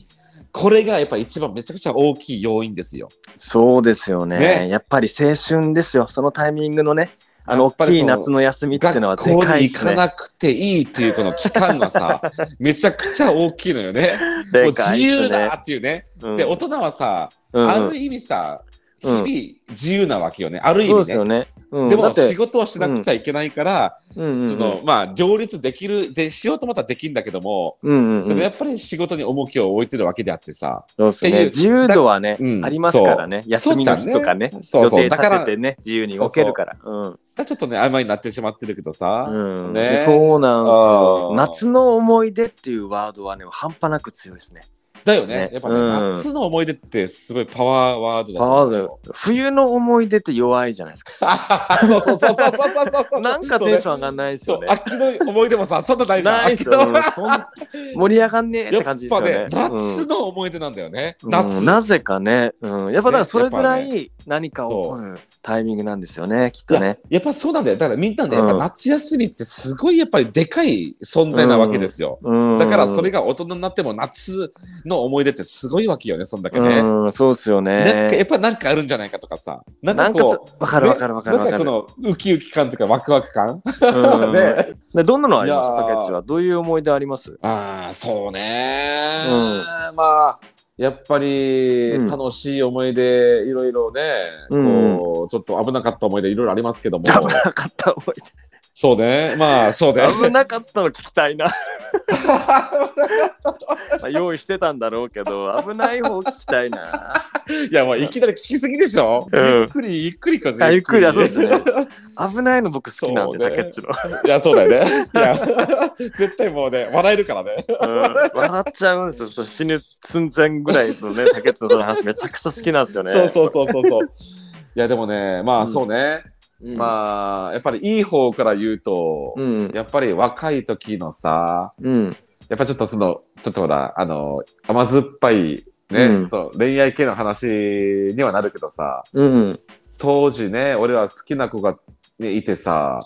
Speaker 2: これがやっぱ一番めちゃくちゃ大きい要因ですよ。
Speaker 3: そうですよね
Speaker 2: ね
Speaker 3: やっぱり青春ですよ、そのタイミングのね、あの
Speaker 2: やっぱ
Speaker 3: 大
Speaker 2: り
Speaker 3: きい
Speaker 2: その
Speaker 3: 夏の休みっていうのは
Speaker 2: 学
Speaker 3: で
Speaker 2: 校
Speaker 3: か
Speaker 2: に
Speaker 3: い
Speaker 2: 行
Speaker 3: です
Speaker 2: か
Speaker 3: ね。
Speaker 2: なくていいっていうこの期間が さ、めちゃくちゃ大きいのよね。もう
Speaker 3: でか
Speaker 2: 自
Speaker 3: いっすね
Speaker 2: 由だっていうね。
Speaker 3: うん
Speaker 2: で、大人はさ、
Speaker 3: うんうん
Speaker 2: ある意味さ、日
Speaker 3: うん
Speaker 2: 々自由なわけよね。ある意
Speaker 3: そうです
Speaker 2: 味ね。
Speaker 3: よね。うん、
Speaker 2: で
Speaker 3: だ
Speaker 2: も
Speaker 3: って
Speaker 2: 仕事はしなくちゃいけないから、
Speaker 3: うんうんうん
Speaker 2: そのまあ両立できるでしようと思ったらできんだけども、
Speaker 3: うんうんうん
Speaker 2: でもやっぱり仕事に重きを置いてるわけであってさ、
Speaker 3: そうですね。
Speaker 2: って
Speaker 3: 自由度はね、
Speaker 2: うん
Speaker 3: ありますからね。休みの日とかね。
Speaker 2: そう
Speaker 3: 予
Speaker 2: そう
Speaker 3: 定
Speaker 2: だか
Speaker 3: 立
Speaker 2: ら
Speaker 3: ててね、自由に動けるから。うん
Speaker 2: ちょっとね曖昧になってしまってるけどさ、
Speaker 3: うん
Speaker 2: ね
Speaker 3: でそうなんですよ
Speaker 2: あ。ー
Speaker 3: 夏の思い出っていうワードはね、半端なく強いですね。
Speaker 2: だよね
Speaker 3: ね
Speaker 2: やっぱね、
Speaker 3: うん
Speaker 2: 夏の思い出ってすごいパワーワードだ
Speaker 3: パ
Speaker 2: と
Speaker 3: ワ
Speaker 2: 思う
Speaker 3: ー
Speaker 2: よ
Speaker 3: ド。冬の思い出って弱いじゃないですか。
Speaker 2: そうそうそうそうそうそうそう。
Speaker 3: なんかテンション上がんないです
Speaker 2: そう
Speaker 3: よ
Speaker 2: ね。
Speaker 3: ね
Speaker 2: そう。秋の思い出もさ、そんなないじゃん
Speaker 3: ないです
Speaker 2: 秋
Speaker 3: よ。
Speaker 2: の
Speaker 3: ねそん 盛り上がんねえって感じですよね
Speaker 2: や。っぱね、夏の思い出なんだよね。
Speaker 3: うん
Speaker 2: 夏。
Speaker 3: うんなぜかね、うん、やっぱだから
Speaker 2: ね
Speaker 3: それぐら
Speaker 2: やっ
Speaker 3: い何か起こるタイミングなんですよね、きっと
Speaker 2: いや
Speaker 3: ね。
Speaker 2: やっぱそうなんだよ。だからみんなね、やっ
Speaker 3: う
Speaker 2: ぱ
Speaker 3: ん
Speaker 2: 夏休みってすごいやっぱりでかい存在なわけですよ。だ
Speaker 3: だ
Speaker 2: からそれが大人になっても夏の思い出ってすごいわけよね、そんだけね。
Speaker 3: うん、そうっすよ
Speaker 2: なんかや
Speaker 3: ね。
Speaker 2: っぱなんかあるんじゃないかとかさ。なん
Speaker 3: な
Speaker 2: か
Speaker 3: んかち
Speaker 2: こ
Speaker 3: ょわかるわかるわ
Speaker 2: う、
Speaker 3: かる
Speaker 2: なん
Speaker 3: わか
Speaker 2: かこ
Speaker 3: る。
Speaker 2: のウキウキ感とかワクワク感
Speaker 3: うん
Speaker 2: ね
Speaker 3: でどんなのあります
Speaker 2: いや
Speaker 3: か
Speaker 2: ー
Speaker 3: 竹内は。どういう思い出あります
Speaker 2: ああ、そうね、まあ、やっぱり
Speaker 3: うん
Speaker 2: 楽しい思い出、いろいろね、
Speaker 3: うん
Speaker 2: こう、ちょっと危なかった思い出、いろいろありますけども
Speaker 3: 危。なかった思い
Speaker 2: そうね。まあ、そうね。
Speaker 3: 出。危なかったの聞きたいな。 まあ用意してたんだろうけど、危ない方聞きたいな。
Speaker 2: いや、もういきなり聞きすぎでしょ、
Speaker 3: うん
Speaker 2: ゆっくり、ゆっくりか。
Speaker 3: あゆっくりだ、そうですね危ないの僕好きなんで、
Speaker 2: そうね
Speaker 3: 竹内の。
Speaker 2: いや、そうだよね。いや、絶対もうね、笑えるからね。
Speaker 3: うん笑っちゃうんですよそう。死ぬ寸前ぐらい のね、竹内のその話めちゃくちゃ好きなんですよね。
Speaker 2: そうそうそうそうそう。いや、でもね、ま
Speaker 3: う
Speaker 2: あ、
Speaker 3: ん
Speaker 2: そうね。
Speaker 3: うん。
Speaker 2: まあ、やっぱりいい方から言うと、
Speaker 3: うん。
Speaker 2: やっぱり若い時のさ、
Speaker 3: うん。
Speaker 2: やっぱちょっとその、ちょっとほら、あの、甘酸っぱい、ね、
Speaker 3: うん
Speaker 2: そう、恋愛系の話にはなるけどさ、
Speaker 3: うん。
Speaker 2: 当時ね、俺は好きな子が、ね、いてさ、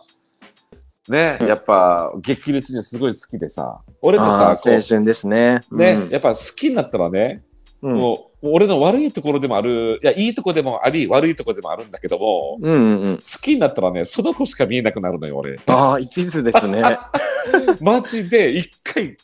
Speaker 2: ね、やっぱ激烈にすごい好きでさ、俺って
Speaker 3: あ
Speaker 2: さ、
Speaker 3: ー
Speaker 2: こ
Speaker 3: 青春ですね。
Speaker 2: うね、やっぱ好きになったらね、
Speaker 3: うん、うん
Speaker 2: もう俺の悪いところでもある、いや、いいとこでもあり、悪いとこでもあるんだけども、
Speaker 3: うんうん
Speaker 2: 好。きになったらね、その子しか見えなくなるのよ、俺。
Speaker 3: ああ、一途ですね。
Speaker 2: マジで一回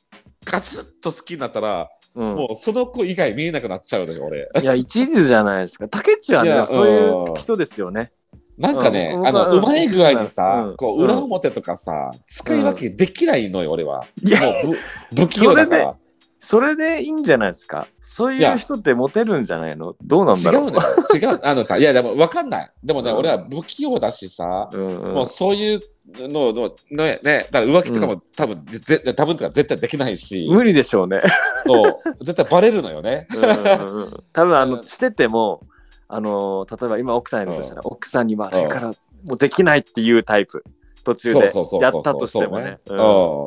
Speaker 2: ガツッと好きになったら、
Speaker 3: うん、
Speaker 2: もうその子以外見えなくなっちゃうのよ、俺。
Speaker 3: いや、一途じゃないですか。竹内はいね
Speaker 2: や、
Speaker 3: そう
Speaker 2: う
Speaker 3: い
Speaker 2: ん
Speaker 3: う人ですよね。
Speaker 2: なんかね、
Speaker 3: うん
Speaker 2: あの、
Speaker 3: うん
Speaker 2: うまい具合にさ、
Speaker 3: うん
Speaker 2: こう、裏表とかさ、使い分けできないのよ、俺は。
Speaker 3: いや、
Speaker 2: もうぶ、不器用だから。
Speaker 3: それでいいんじゃないですか。そう
Speaker 2: い
Speaker 3: い
Speaker 2: や
Speaker 3: う人ってモテるんじゃないのどうなんだ
Speaker 2: 違
Speaker 3: ろう。
Speaker 2: うのよ。違う。あのさ、いや、でも分かんない。でもね、
Speaker 3: うん
Speaker 2: 俺は不器用だしさ、
Speaker 3: うんうん
Speaker 2: もうそういうのの、ね、ね、だから浮気とかも多分、ぜぜ多分とか絶対できないし、
Speaker 3: 無理でしょうね。
Speaker 2: そう絶対バレるのよね。
Speaker 3: うんうんうん多分あ
Speaker 2: うん
Speaker 3: のしててもあの例えば今奥さんいるとしたら奥さんにはそれからもうできないっていうタイプ途中
Speaker 2: そう
Speaker 3: で
Speaker 2: そうそうそう。
Speaker 3: やったとしてもね
Speaker 2: そ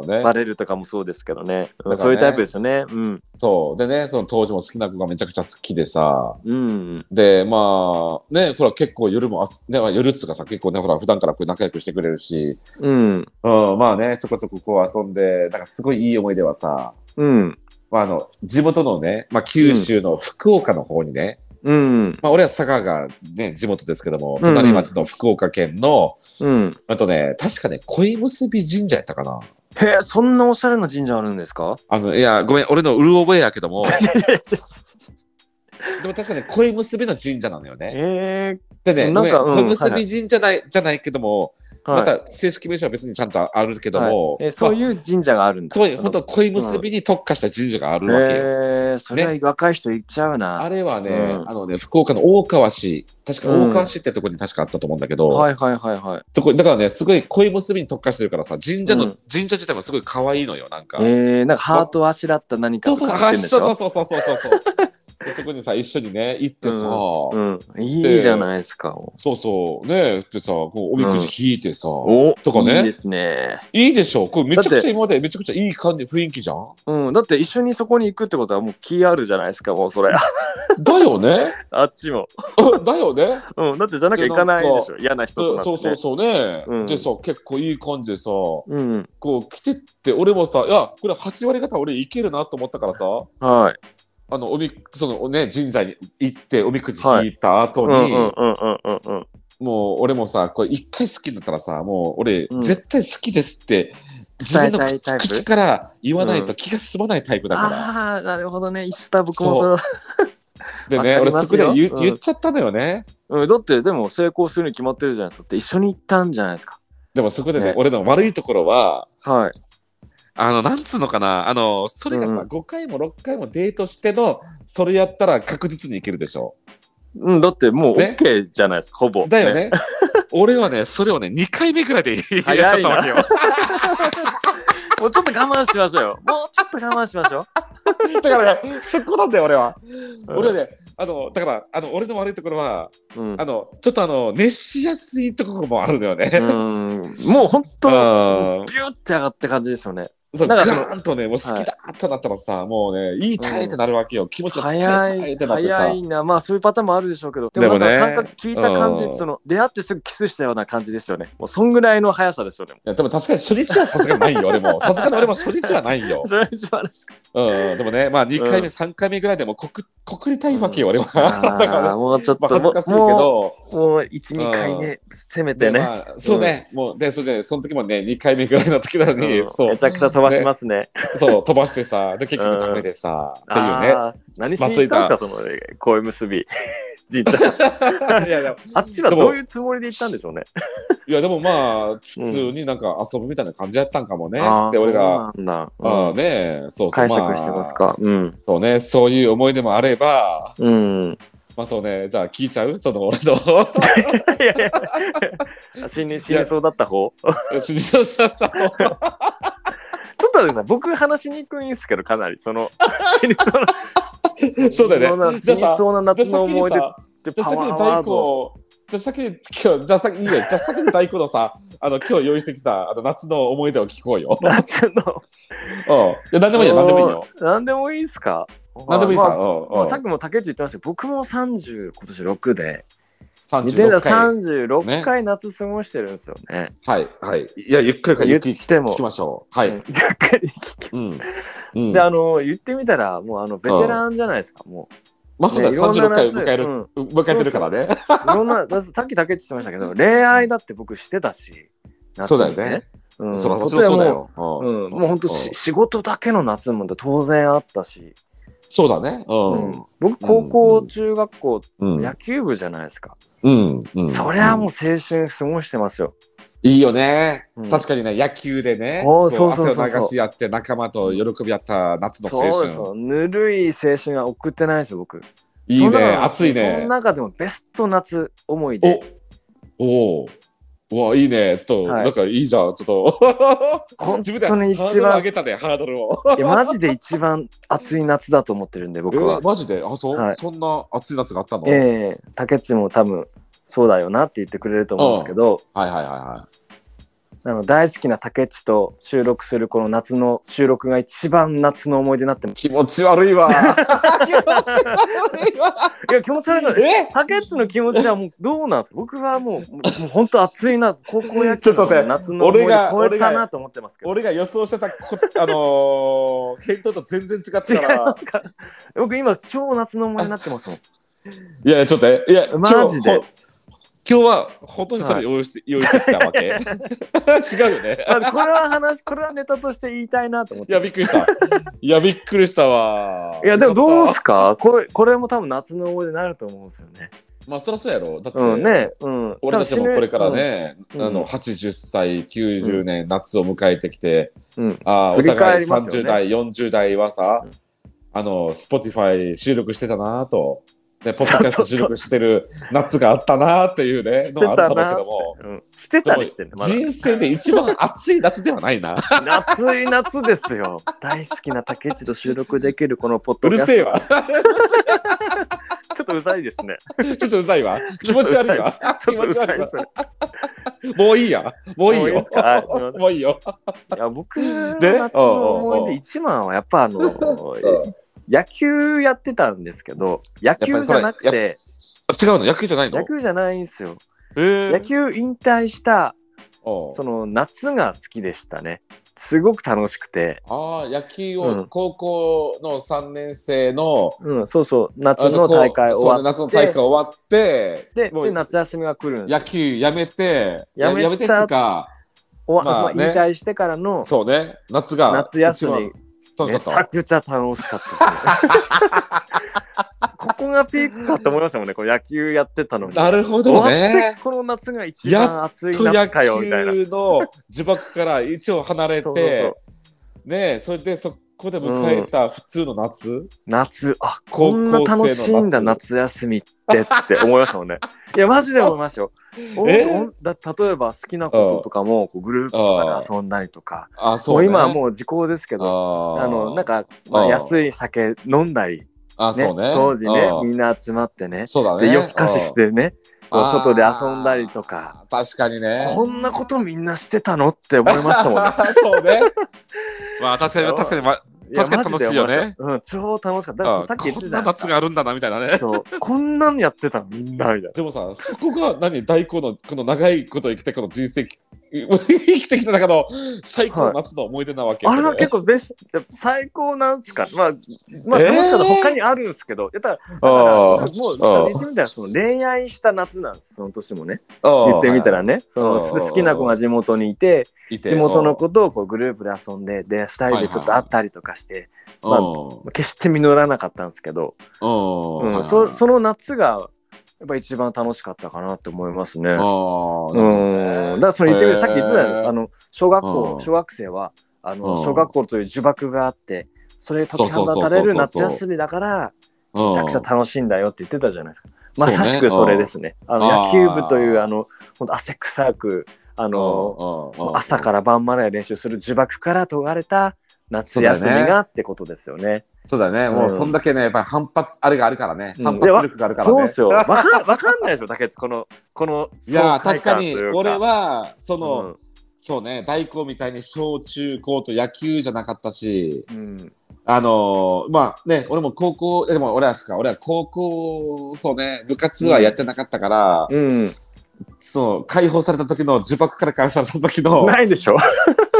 Speaker 2: う
Speaker 3: うん
Speaker 2: うんね
Speaker 3: バレるとかもそうですけどねうん
Speaker 2: だからね
Speaker 3: そういうタイプですよねうん
Speaker 2: そう。でね、その当時も好きな子がめちゃくちゃ好きでさ、
Speaker 3: うん
Speaker 2: で、まあ、ね、ほら結構夜もあす、ね、まあ夜っつうかさ、結構ね、ほら普段からこう仲良くしてくれるし、
Speaker 3: うん
Speaker 2: うん、まあね、ちょこちょここう遊んで、なんかすごいいい思い出はさ、
Speaker 3: うん
Speaker 2: まああの、地元のね、まあ九州の福岡の方にね、
Speaker 3: うん
Speaker 2: まあ俺は佐賀がね、地元ですけども、
Speaker 3: うん
Speaker 2: 隣町の福岡県の、
Speaker 3: うん
Speaker 2: あとね、確かね、恋結び神社やったかな。
Speaker 3: へえそんなおしゃれな神社あるんですか
Speaker 2: あの、いや、ごめん、俺のうる覚えやけ ども、でも確かね、恋結びの神社なのよね。
Speaker 3: え
Speaker 2: でね、
Speaker 3: なんか
Speaker 2: ご
Speaker 3: うん
Speaker 2: めん小結び神社ない、じゃないけども、
Speaker 3: ーはい
Speaker 2: また正式名称は別にちゃんとあるけど
Speaker 3: はい
Speaker 2: も、
Speaker 3: えそういう神社があるんだ
Speaker 2: そういう本当恋結びに特化した神社があるわけよ。
Speaker 3: へえそれは若い人行っちゃうな
Speaker 2: あれはね、
Speaker 3: うん
Speaker 2: あのね、福岡の大川市、確か
Speaker 3: うん
Speaker 2: 大川市ってとこに確かあったと思うんだけど、
Speaker 3: はいはいはいはい
Speaker 2: そこ、だからね、すごい恋結びに特化してるからさ、神社の、
Speaker 3: うん
Speaker 2: 神社自体もすごい可愛いのよ、なんか。
Speaker 3: えー、なんかハートをあしらった何か
Speaker 2: そ
Speaker 3: を
Speaker 2: うそう、
Speaker 3: 買って
Speaker 2: あ
Speaker 3: んでしょ
Speaker 2: そうそうそうそうそうそうそう。でそこにさ、一緒にね、行ってさ、
Speaker 3: うん、いいじゃないですか。
Speaker 2: そうそう、ね、ってさ、こうおみくじ引いてさ、
Speaker 3: お
Speaker 2: とか
Speaker 3: い
Speaker 2: ね
Speaker 3: いですね。
Speaker 2: いいでしょこれめちゃく
Speaker 3: だっ
Speaker 2: ちゃ
Speaker 3: て
Speaker 2: 今までめちゃくちゃいい感じ、雰囲気じゃん
Speaker 3: うん、だって一緒にそこに行くってことはもう気あるじゃないですか、もうそ れ。
Speaker 2: だよね
Speaker 3: あっちも。
Speaker 2: うんだよね
Speaker 3: うん、だってじゃなきゃ行かないでしょ、嫌な人となって、
Speaker 2: そ
Speaker 3: ね。
Speaker 2: うそうそうね、
Speaker 3: うん
Speaker 2: でさ結構いい感じでさこ
Speaker 3: うん、
Speaker 2: う来てって俺もさいやこれ8割方俺いけるなと思ったからさ
Speaker 3: はい。
Speaker 2: あのおみそのね神社に行っておみくじ引いた後
Speaker 3: うん
Speaker 2: に、
Speaker 3: うんうんうんうんうん。
Speaker 2: もう俺もさこれ一回好きになったらさもう俺
Speaker 3: うん
Speaker 2: 絶対好きですって自分の
Speaker 3: 伝えたいタイプ
Speaker 2: 口から言わないうと気が済まないタイプだから、
Speaker 3: ああ、なるほどね。一緒だ、僕もそれは
Speaker 2: でね
Speaker 3: わか
Speaker 2: 俺
Speaker 3: ります
Speaker 2: そこで言,、
Speaker 3: ようん
Speaker 2: 言っちゃったのよね
Speaker 3: うん、だって、でも成功するに決まってるじゃないですか。だって一緒に行ったんじゃないですか。
Speaker 2: でもそこでね
Speaker 3: ね
Speaker 2: 俺の悪いところは
Speaker 3: はい。
Speaker 2: あの、なんつうのかな、あの、それがさ、
Speaker 3: うん
Speaker 2: 5回も6回もデートしての、それやったら確実にいけるでしょ。
Speaker 3: うん、だってもう
Speaker 2: ね
Speaker 3: OK じゃないですか、ほぼ。
Speaker 2: だよね。俺はね、それをね、2回目ぐらいでやっちゃったわけよ。
Speaker 3: もうちょっと我慢しましょうよ。もうちょっと我慢しましょう。
Speaker 2: だからね、そこなんだよ、俺は。
Speaker 3: うん
Speaker 2: 俺はね、あの、だから、あの、俺の悪いところは、
Speaker 3: うん
Speaker 2: あの、ちょっとあの、熱しやすいところもあるんだよね。
Speaker 3: うーんもう本
Speaker 2: あ
Speaker 3: 当
Speaker 2: ー
Speaker 3: ビューって上がって感じですよね。
Speaker 2: そう
Speaker 3: だ
Speaker 2: ガ
Speaker 3: からその
Speaker 2: ーンとね、もう好きだとなったらさ、もうね、いい耐えってなるわけよ。気持ちを伝え
Speaker 3: 早
Speaker 2: たい
Speaker 3: い
Speaker 2: ってなってさ
Speaker 3: 早。いな、まあそういうパターンもあるでしょうけど、
Speaker 2: でもね
Speaker 3: なんか感覚聞いた感
Speaker 2: うん
Speaker 3: じ、その出会ってすぐキスしたような感じですよね。もうそんぐらいの速さですよね。
Speaker 2: いや、でも確かに初日はさすがにないよ、俺も。さすがに俺も初日はないよ。
Speaker 3: それ一番
Speaker 2: うんうん、でもね、まあ2回目、
Speaker 3: うん
Speaker 2: 3回目ぐらいでもこく、告りたいわけよ、俺は。
Speaker 3: あ
Speaker 2: だから、
Speaker 3: ーもうちょっ
Speaker 2: まあ、
Speaker 3: と、
Speaker 2: 恥ず
Speaker 3: も
Speaker 2: かしいけ
Speaker 3: う
Speaker 2: ど、
Speaker 3: もう一二回ね、せめて
Speaker 2: で
Speaker 3: ね。
Speaker 2: まあ、そうね、もう、で、それで、その時もね、2回目ぐらいの時なのに、
Speaker 3: うん
Speaker 2: そう
Speaker 3: めちゃくちゃ飛ばしますね。
Speaker 2: そう、飛ばし てさ、で、結局ダメでさ、っていうね。
Speaker 3: あー。何しに行ったんですか、その恋結 び。じいちゃん
Speaker 2: いや、でも
Speaker 3: あっちはどういうつもりで行ったんでしょうね。
Speaker 2: いやでもまあ、普通になんか遊ぶみたいな感じやったんかもね。
Speaker 3: あー
Speaker 2: で、俺が、
Speaker 3: そうなんだ
Speaker 2: あ
Speaker 3: う
Speaker 2: あ
Speaker 3: ん
Speaker 2: ね、そうそう、
Speaker 3: 解釈してます
Speaker 2: まあ
Speaker 3: か。うん。
Speaker 2: そうね、そういう思い出もあれば、
Speaker 3: うん。
Speaker 2: まあそうね、じゃあ聞いちゃうその俺 の。
Speaker 3: いやいや死に死にそうだった方ちょっ
Speaker 2: 辻ささんを
Speaker 3: と待ってください僕話しにくいんですけどかなりその死にそう
Speaker 2: そうだ
Speaker 3: な
Speaker 2: よね。
Speaker 3: 死
Speaker 2: じゃあ
Speaker 3: に
Speaker 2: さ、
Speaker 3: そうな
Speaker 2: じゃ
Speaker 3: 夏
Speaker 2: あ
Speaker 3: の
Speaker 2: 先
Speaker 3: 思
Speaker 2: に
Speaker 3: い出っ
Speaker 2: さ、じ
Speaker 3: てパ
Speaker 2: ゃあ先
Speaker 3: ワ
Speaker 2: に
Speaker 3: ー
Speaker 2: 大
Speaker 3: ワー
Speaker 2: 根
Speaker 3: ド
Speaker 2: を、じゃあ先に今日、じゃあ先にいいよ、じゃあ先に大根のさ、あの今日用意してきたあの夏の思い出を聞こうよ。うん。い
Speaker 3: 夏の
Speaker 2: や、何でもいいよ、何でもいいよ。
Speaker 3: 何でもいいですか
Speaker 2: 何でもいいさ。
Speaker 3: まあまあさっ
Speaker 2: う
Speaker 3: きも竹内言ってましたけど僕も30今年6で
Speaker 2: 36回。
Speaker 3: 2036回夏過ごしてるんですよね。
Speaker 2: はい、はい。いや、ゆっくりからゆっくり
Speaker 3: 言っても
Speaker 2: 聞きましょう。はい。
Speaker 3: うんじゃっかり
Speaker 2: うん。うん
Speaker 3: で、あの、言ってみたら、もうあの、ベテランじゃないですか、も
Speaker 2: まさか
Speaker 3: ねいろんな
Speaker 2: 36回迎える、
Speaker 3: 夏
Speaker 2: 迎えてるからね。
Speaker 3: う。いろんな、だってさっきだけって言ってましたけど、恋愛だって僕してたし。夏
Speaker 2: そう
Speaker 3: に
Speaker 2: だよね。。
Speaker 3: うん、
Speaker 2: そらもちろんそうだよ。
Speaker 3: と
Speaker 2: う
Speaker 3: て
Speaker 2: ん
Speaker 3: も。うん、もう本当し仕事だけの夏も当然あったし、
Speaker 2: そうだね。う
Speaker 3: うんん僕高校、
Speaker 2: うん
Speaker 3: 中学校
Speaker 2: うん。
Speaker 3: 野球部じゃないですか、
Speaker 2: うん。うん
Speaker 3: そりゃもう青春過ごしてますよ、
Speaker 2: いいよね、
Speaker 3: うん
Speaker 2: 確かにね、野球でね、
Speaker 3: おー
Speaker 2: こ
Speaker 3: そうそうそうそう
Speaker 2: 汗を流し合って仲間と喜び合った夏の青
Speaker 3: そう
Speaker 2: 春。
Speaker 3: ですよぬるい青春は送ってないですよ僕
Speaker 2: いい
Speaker 3: その
Speaker 2: ね、
Speaker 3: 中の
Speaker 2: 暑い
Speaker 3: そ
Speaker 2: ね
Speaker 3: の。中でもベスト夏思い出
Speaker 2: おおうわ、いいね。ちょっと、
Speaker 3: はい
Speaker 2: なんかいいじゃん。ちょっと、
Speaker 3: 本
Speaker 2: 自分で
Speaker 3: 当に一
Speaker 2: ハードル上
Speaker 3: 番
Speaker 2: げたね、ハードルを。
Speaker 3: いやマジで一番暑い夏だと思ってるんで
Speaker 2: え
Speaker 3: 僕は
Speaker 2: ー、マジであ、そう、
Speaker 3: はい
Speaker 2: そんな暑い夏があったの、
Speaker 3: ええ竹内も多分そうだよなって言ってくれると思うんですけど
Speaker 2: はいはいはいは
Speaker 3: あの大好きな竹内と収録するこの夏の収録が一番夏の思い出になってま
Speaker 2: い。気持ち悪いわ。 気持ち悪いわ。
Speaker 3: すいや気持ち悪いの
Speaker 2: え
Speaker 3: 竹内の気持ちはもうどうなんですか僕はもうもうもう本当暑いな高校野球
Speaker 2: ちょっと
Speaker 3: の
Speaker 2: 待って
Speaker 3: 夏の思い出
Speaker 2: 俺が
Speaker 3: 超えた
Speaker 2: 俺
Speaker 3: な
Speaker 2: が
Speaker 3: と思ってますけど
Speaker 2: 俺が予想してたこ、あのー、返答と全然違ったか
Speaker 3: 違い
Speaker 2: ら
Speaker 3: ま。すから僕今超夏の思い出になってますもん
Speaker 2: いや、ちょっとね、いや、
Speaker 3: マジで
Speaker 2: 今日ほ今日は本当にそれ用意して、用意してきたわ け。違うよね。
Speaker 3: あこれは話これはネタとして言いたいなと思っ
Speaker 2: い
Speaker 3: て
Speaker 2: や、びっくりした。いや、びっくりしたわ。
Speaker 3: いやでもど
Speaker 2: よか
Speaker 3: う
Speaker 2: っ
Speaker 3: すかこれこれも多分夏の思い出になると思うんですよね
Speaker 2: たまあ、そりゃそうやろ。だって、
Speaker 3: うんねうん
Speaker 2: 俺たちもこれからね、
Speaker 3: うん
Speaker 2: あ
Speaker 3: うん
Speaker 2: の、80歳、90年、夏を迎えてきて、
Speaker 3: うん
Speaker 2: ああ、お
Speaker 3: 振り
Speaker 2: 互
Speaker 3: 返
Speaker 2: い
Speaker 3: りますよね
Speaker 2: 30代、40代はさ
Speaker 3: うん、
Speaker 2: あの、Spotify 収録してたなぁと、ね、ポッドキャスト収録してる夏があったなぁっていうね、のはあったんだけども、
Speaker 3: うんしてたりしてねまだ
Speaker 2: 人生で一番暑い夏ではな いな。
Speaker 3: 夏い夏ですよ 大好きな竹内と収録できるこのポッ
Speaker 2: う
Speaker 3: ドキ
Speaker 2: る
Speaker 3: ャスト
Speaker 2: せえわ。
Speaker 3: ちょっとうざいですね
Speaker 2: ちょっとうざいわ。気持ち悪いわ。
Speaker 3: ち
Speaker 2: 気
Speaker 3: ょっと
Speaker 2: 持
Speaker 3: う
Speaker 2: ち
Speaker 3: ざ
Speaker 2: 悪
Speaker 3: い
Speaker 2: い
Speaker 3: で
Speaker 2: わ
Speaker 3: す。ね
Speaker 2: もういいや。もういい
Speaker 3: もういいで
Speaker 2: よ
Speaker 3: すかはいすいま。せん
Speaker 2: もういいよ。
Speaker 3: いや僕の
Speaker 2: で
Speaker 3: 夏の思い出一番はやっぱあ の野球やってたんですけど野球じゃなくて
Speaker 2: 違うの野球じゃない
Speaker 3: 野球じゃないんですよ
Speaker 2: 野
Speaker 3: 野球引退した
Speaker 2: そ
Speaker 3: その夏が好きでしたねすごく楽しくて
Speaker 2: ああ、野球
Speaker 3: う
Speaker 2: を
Speaker 3: ん
Speaker 2: 高校の3年生の、
Speaker 3: うんそうそう夏
Speaker 2: あ
Speaker 3: の
Speaker 2: こう
Speaker 3: 大会
Speaker 2: そうね
Speaker 3: 終わっ
Speaker 2: 夏の大会終わって、
Speaker 3: て
Speaker 2: も
Speaker 3: で
Speaker 2: う
Speaker 3: 夏休みが来るんです
Speaker 2: 野球やめて、
Speaker 3: やめた
Speaker 2: やめてっつうか、
Speaker 3: おわ
Speaker 2: まあ
Speaker 3: まあ引
Speaker 2: ね
Speaker 3: 退してからの
Speaker 2: そうね、夏が
Speaker 3: 夏休み
Speaker 2: 一番
Speaker 3: めち
Speaker 2: 楽しか
Speaker 3: ゃ
Speaker 2: っ
Speaker 3: くちゃ楽しかった です。ここがピークかと思いましたもんね、こう野球やってたのに。
Speaker 2: た。なるほ
Speaker 3: 終わ
Speaker 2: ど
Speaker 3: って
Speaker 2: ね。
Speaker 3: この夏が一番暑い
Speaker 2: と野
Speaker 3: 夏かよみたいな。
Speaker 2: 球の呪縛から一応離れ
Speaker 3: そうそうそう
Speaker 2: て、ねそれでそこで迎えた普通の夏。
Speaker 3: 夏、あ
Speaker 2: 高校
Speaker 3: こんな楽しいんだ、
Speaker 2: 生の
Speaker 3: 夏休みってって思いましたもんね。いや、マジで思いましたよ。お
Speaker 2: え
Speaker 3: おだ例えば好きなこととかもこうグループとかで遊んだりとか、
Speaker 2: あ、
Speaker 3: も
Speaker 2: そううね。
Speaker 3: 今はもう時効ですけど、
Speaker 2: あー
Speaker 3: あのなんか、まあ
Speaker 2: あー
Speaker 3: 安い酒飲んだり、ね
Speaker 2: あ、そうね。
Speaker 3: 当時ね
Speaker 2: あ、ー
Speaker 3: みんな集まってね、
Speaker 2: そうだ
Speaker 3: で
Speaker 2: ね。
Speaker 3: 夜更かししてね、こう
Speaker 2: あー
Speaker 3: 外で遊んだりとか。
Speaker 2: 確かにね。
Speaker 3: こんなことみんなしてたのって思いましたもんね。
Speaker 2: そうね。まあ確かに確かに、まあ、確かに楽しい
Speaker 3: や。マジで
Speaker 2: よ
Speaker 3: 思いま
Speaker 2: ね
Speaker 3: し。たうん、超楽しかった。だか
Speaker 2: あ
Speaker 3: らさっき言っ
Speaker 2: こ
Speaker 3: て
Speaker 2: ん
Speaker 3: た
Speaker 2: な
Speaker 3: やん
Speaker 2: 夏があるんだなみたいなね。
Speaker 3: そうこんなんやってたのみんなみたい
Speaker 2: でもさ、そこが何大根のこの長いこと生きてこの人生生きてきた中の最高の夏の思い出なわけ。
Speaker 3: な。あれは結
Speaker 2: 構
Speaker 3: 構ベスト最高なんすか。まあまあ
Speaker 2: えー
Speaker 3: 楽しかった他にあるんですけど、やったらだからもう言ってみたらその恋愛した夏なんです。その年もね。言ってみたらね、その
Speaker 2: うん
Speaker 3: 好きな子が地元にいて、地元の子とこうグループで遊んで、で二人でちょっと会ったりとかして、まあ
Speaker 2: 子
Speaker 3: 決して実らなかったんですけど。うんそその夏がやっぱ一番楽しかったかなって思いますね。うん、だからそれ言ってみるさっき言ってたよあの小学校
Speaker 2: うん
Speaker 3: 小学生はあの
Speaker 2: うん
Speaker 3: 小学校という呪縛があってそれに解き放たれる夏休みだからめちゃくちゃ楽しいんだよって言ってたじゃないですか。まさしくそれですね。あの野
Speaker 2: うん。
Speaker 3: 球部というあの本当汗臭くあの朝からら晩まで練習する呪縛から逃れた夏休みがってことですよね。
Speaker 2: そうだね。もう
Speaker 3: うん
Speaker 2: そんだけね、やっぱり反発、あれがあるからね。
Speaker 3: うん
Speaker 2: 反発力があるからね。
Speaker 3: そうですよ。わかんわ かんないでしょ、竹内、この、この、
Speaker 2: いやー
Speaker 3: 爽快
Speaker 2: 確か
Speaker 3: 感とい
Speaker 2: に
Speaker 3: う
Speaker 2: 俺、はその、
Speaker 3: うん
Speaker 2: そうね大工みたいに小中高と野球じゃなかったし
Speaker 3: うん
Speaker 2: あのーまあね、俺も高校、でも俺はですか、俺は高校、そうね、部活はやってなかったから、
Speaker 3: うん。
Speaker 2: その解放された時の、呪縛から解放された時の
Speaker 3: ないでしょ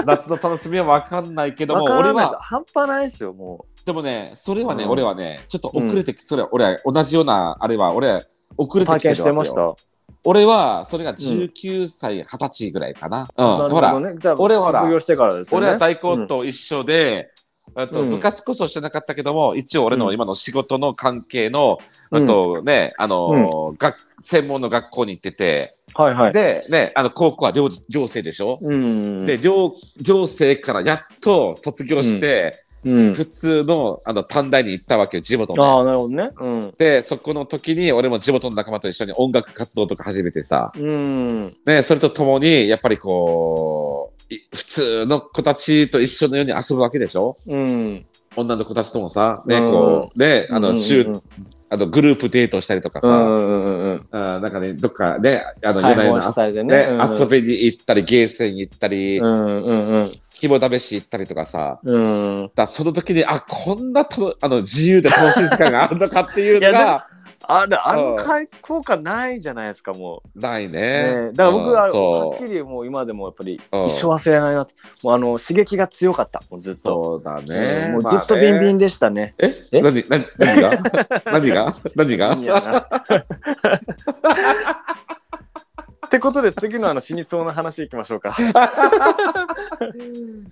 Speaker 2: 夏の楽しみは分かんないけども、
Speaker 3: わからな
Speaker 2: 俺
Speaker 3: いです
Speaker 2: は、
Speaker 3: 半端ないですよ、も
Speaker 2: でもね、それはね、
Speaker 3: うん
Speaker 2: 俺はね、ちょっと遅れてき、それは俺は同じような、あれは俺は遅
Speaker 3: う。
Speaker 2: れて
Speaker 3: 体
Speaker 2: きて
Speaker 3: 験
Speaker 2: る
Speaker 3: して
Speaker 2: わ
Speaker 3: ま
Speaker 2: け
Speaker 3: し
Speaker 2: よ。
Speaker 3: た。
Speaker 2: 俺は、それが19歳、20歳ぐらいかな。うん、ほ
Speaker 3: なる
Speaker 2: ら
Speaker 3: ほど、ね、じゃあ
Speaker 2: 俺ほら
Speaker 3: 卒業してからですよね。
Speaker 2: 俺は大根と一緒で、あと
Speaker 3: うん
Speaker 2: 部活こそしてなかったけども、一応俺
Speaker 3: う
Speaker 2: の
Speaker 3: ん
Speaker 2: 今の仕事の関係の、
Speaker 3: うん
Speaker 2: あとね、あのー学専門の学校に行ってて、
Speaker 3: はいはい。
Speaker 2: で、ね、あの高校は寮寮生でしょ、
Speaker 3: うん。
Speaker 2: で寮寮生からやっと卒業して、
Speaker 3: うん。
Speaker 2: 普通のあの短大に行ったわけよ、地元の。
Speaker 3: ああ、なるほどね。うん。
Speaker 2: で、そこの時に俺も地元の仲間と一緒に音楽活動とか始めてさ、
Speaker 3: うん。
Speaker 2: ね、それとともに、やっぱりこう、い普通の子たちと一緒のように遊ぶわけでしょ
Speaker 3: うん。
Speaker 2: 女の子たちともさ、ね、
Speaker 3: うん
Speaker 2: こう、ね、あの、週、
Speaker 3: うん
Speaker 2: あの、グループデートしたりとか
Speaker 3: う
Speaker 2: さ、
Speaker 3: んうんうん。
Speaker 2: あーなんかね、どっかね、あの、
Speaker 3: 解
Speaker 2: 夜な夜
Speaker 3: 放
Speaker 2: な
Speaker 3: したいで
Speaker 2: 遊ね
Speaker 3: ね。うん
Speaker 2: 遊びに行ったり、ゲーセン行ったり
Speaker 3: う、んうんうん。
Speaker 2: 肝試し行ったりとかさ、
Speaker 3: うん。
Speaker 2: だその時に、あ、こんなと、あの、自由で楽しい時間があるのかっていうの
Speaker 3: いや
Speaker 2: が、
Speaker 3: あれ、あの
Speaker 2: うん
Speaker 3: 開効果ないじゃないですか、も
Speaker 2: ないね
Speaker 3: う。ねだから僕は、
Speaker 2: うん
Speaker 3: はっ
Speaker 2: そ
Speaker 3: き
Speaker 2: う。
Speaker 3: りもう今でもやっぱり一
Speaker 2: うん
Speaker 3: 生忘れないなって、もうあの刺激が強かった、もうずっと。
Speaker 2: そうだ
Speaker 3: う
Speaker 2: ね。
Speaker 3: んもうずっとビンビンでしたね。
Speaker 2: え
Speaker 3: え
Speaker 2: 何何 何が何が何が
Speaker 3: いいやな ってことで次のあの死にそうな話いきましょうか。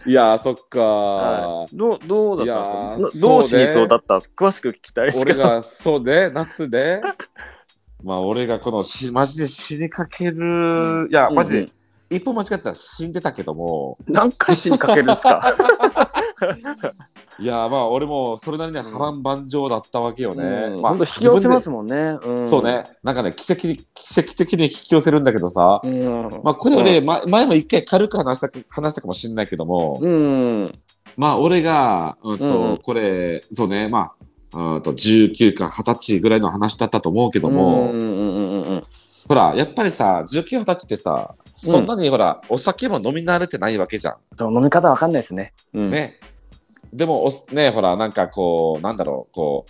Speaker 2: いやーそっかー、
Speaker 3: はいどうどうだったんですかな
Speaker 2: いやー
Speaker 3: どう死
Speaker 2: そうね
Speaker 3: にそうだったんですか詳しく聞きたいです
Speaker 2: 俺
Speaker 3: けど。
Speaker 2: がそうね夏ねまあ俺がこのしマジで死にかけるいやマジで、
Speaker 3: うん
Speaker 2: 一歩間違ったら死んでたけども
Speaker 3: 何回死にかけるんですか
Speaker 2: いやまあ俺もそれなりに波乱万丈だったわけよね、
Speaker 3: うん
Speaker 2: まあ
Speaker 3: 本当引き寄せます
Speaker 2: 自
Speaker 3: もんね。う
Speaker 2: 分
Speaker 3: ん
Speaker 2: でそう。ねなんかね奇跡に奇跡的に引き寄せるんだけどさ、
Speaker 3: うん。
Speaker 2: まあこれ俺、ま前も一回軽く話した話したかもしれないけども、
Speaker 3: うん。
Speaker 2: まあ俺が、うんと
Speaker 3: うんうん
Speaker 2: これそうねまあうんと19か20歳ぐらいの話だったと思うけども、
Speaker 3: うんうんうんうん
Speaker 2: ほらやっぱりさ19、20歳ってさそんなにほら、お酒も飲み慣れてないわけじゃ
Speaker 3: そう飲み方わかんないですね。うん
Speaker 2: ん。ね。でもおねほらなんかこうなんだろうこ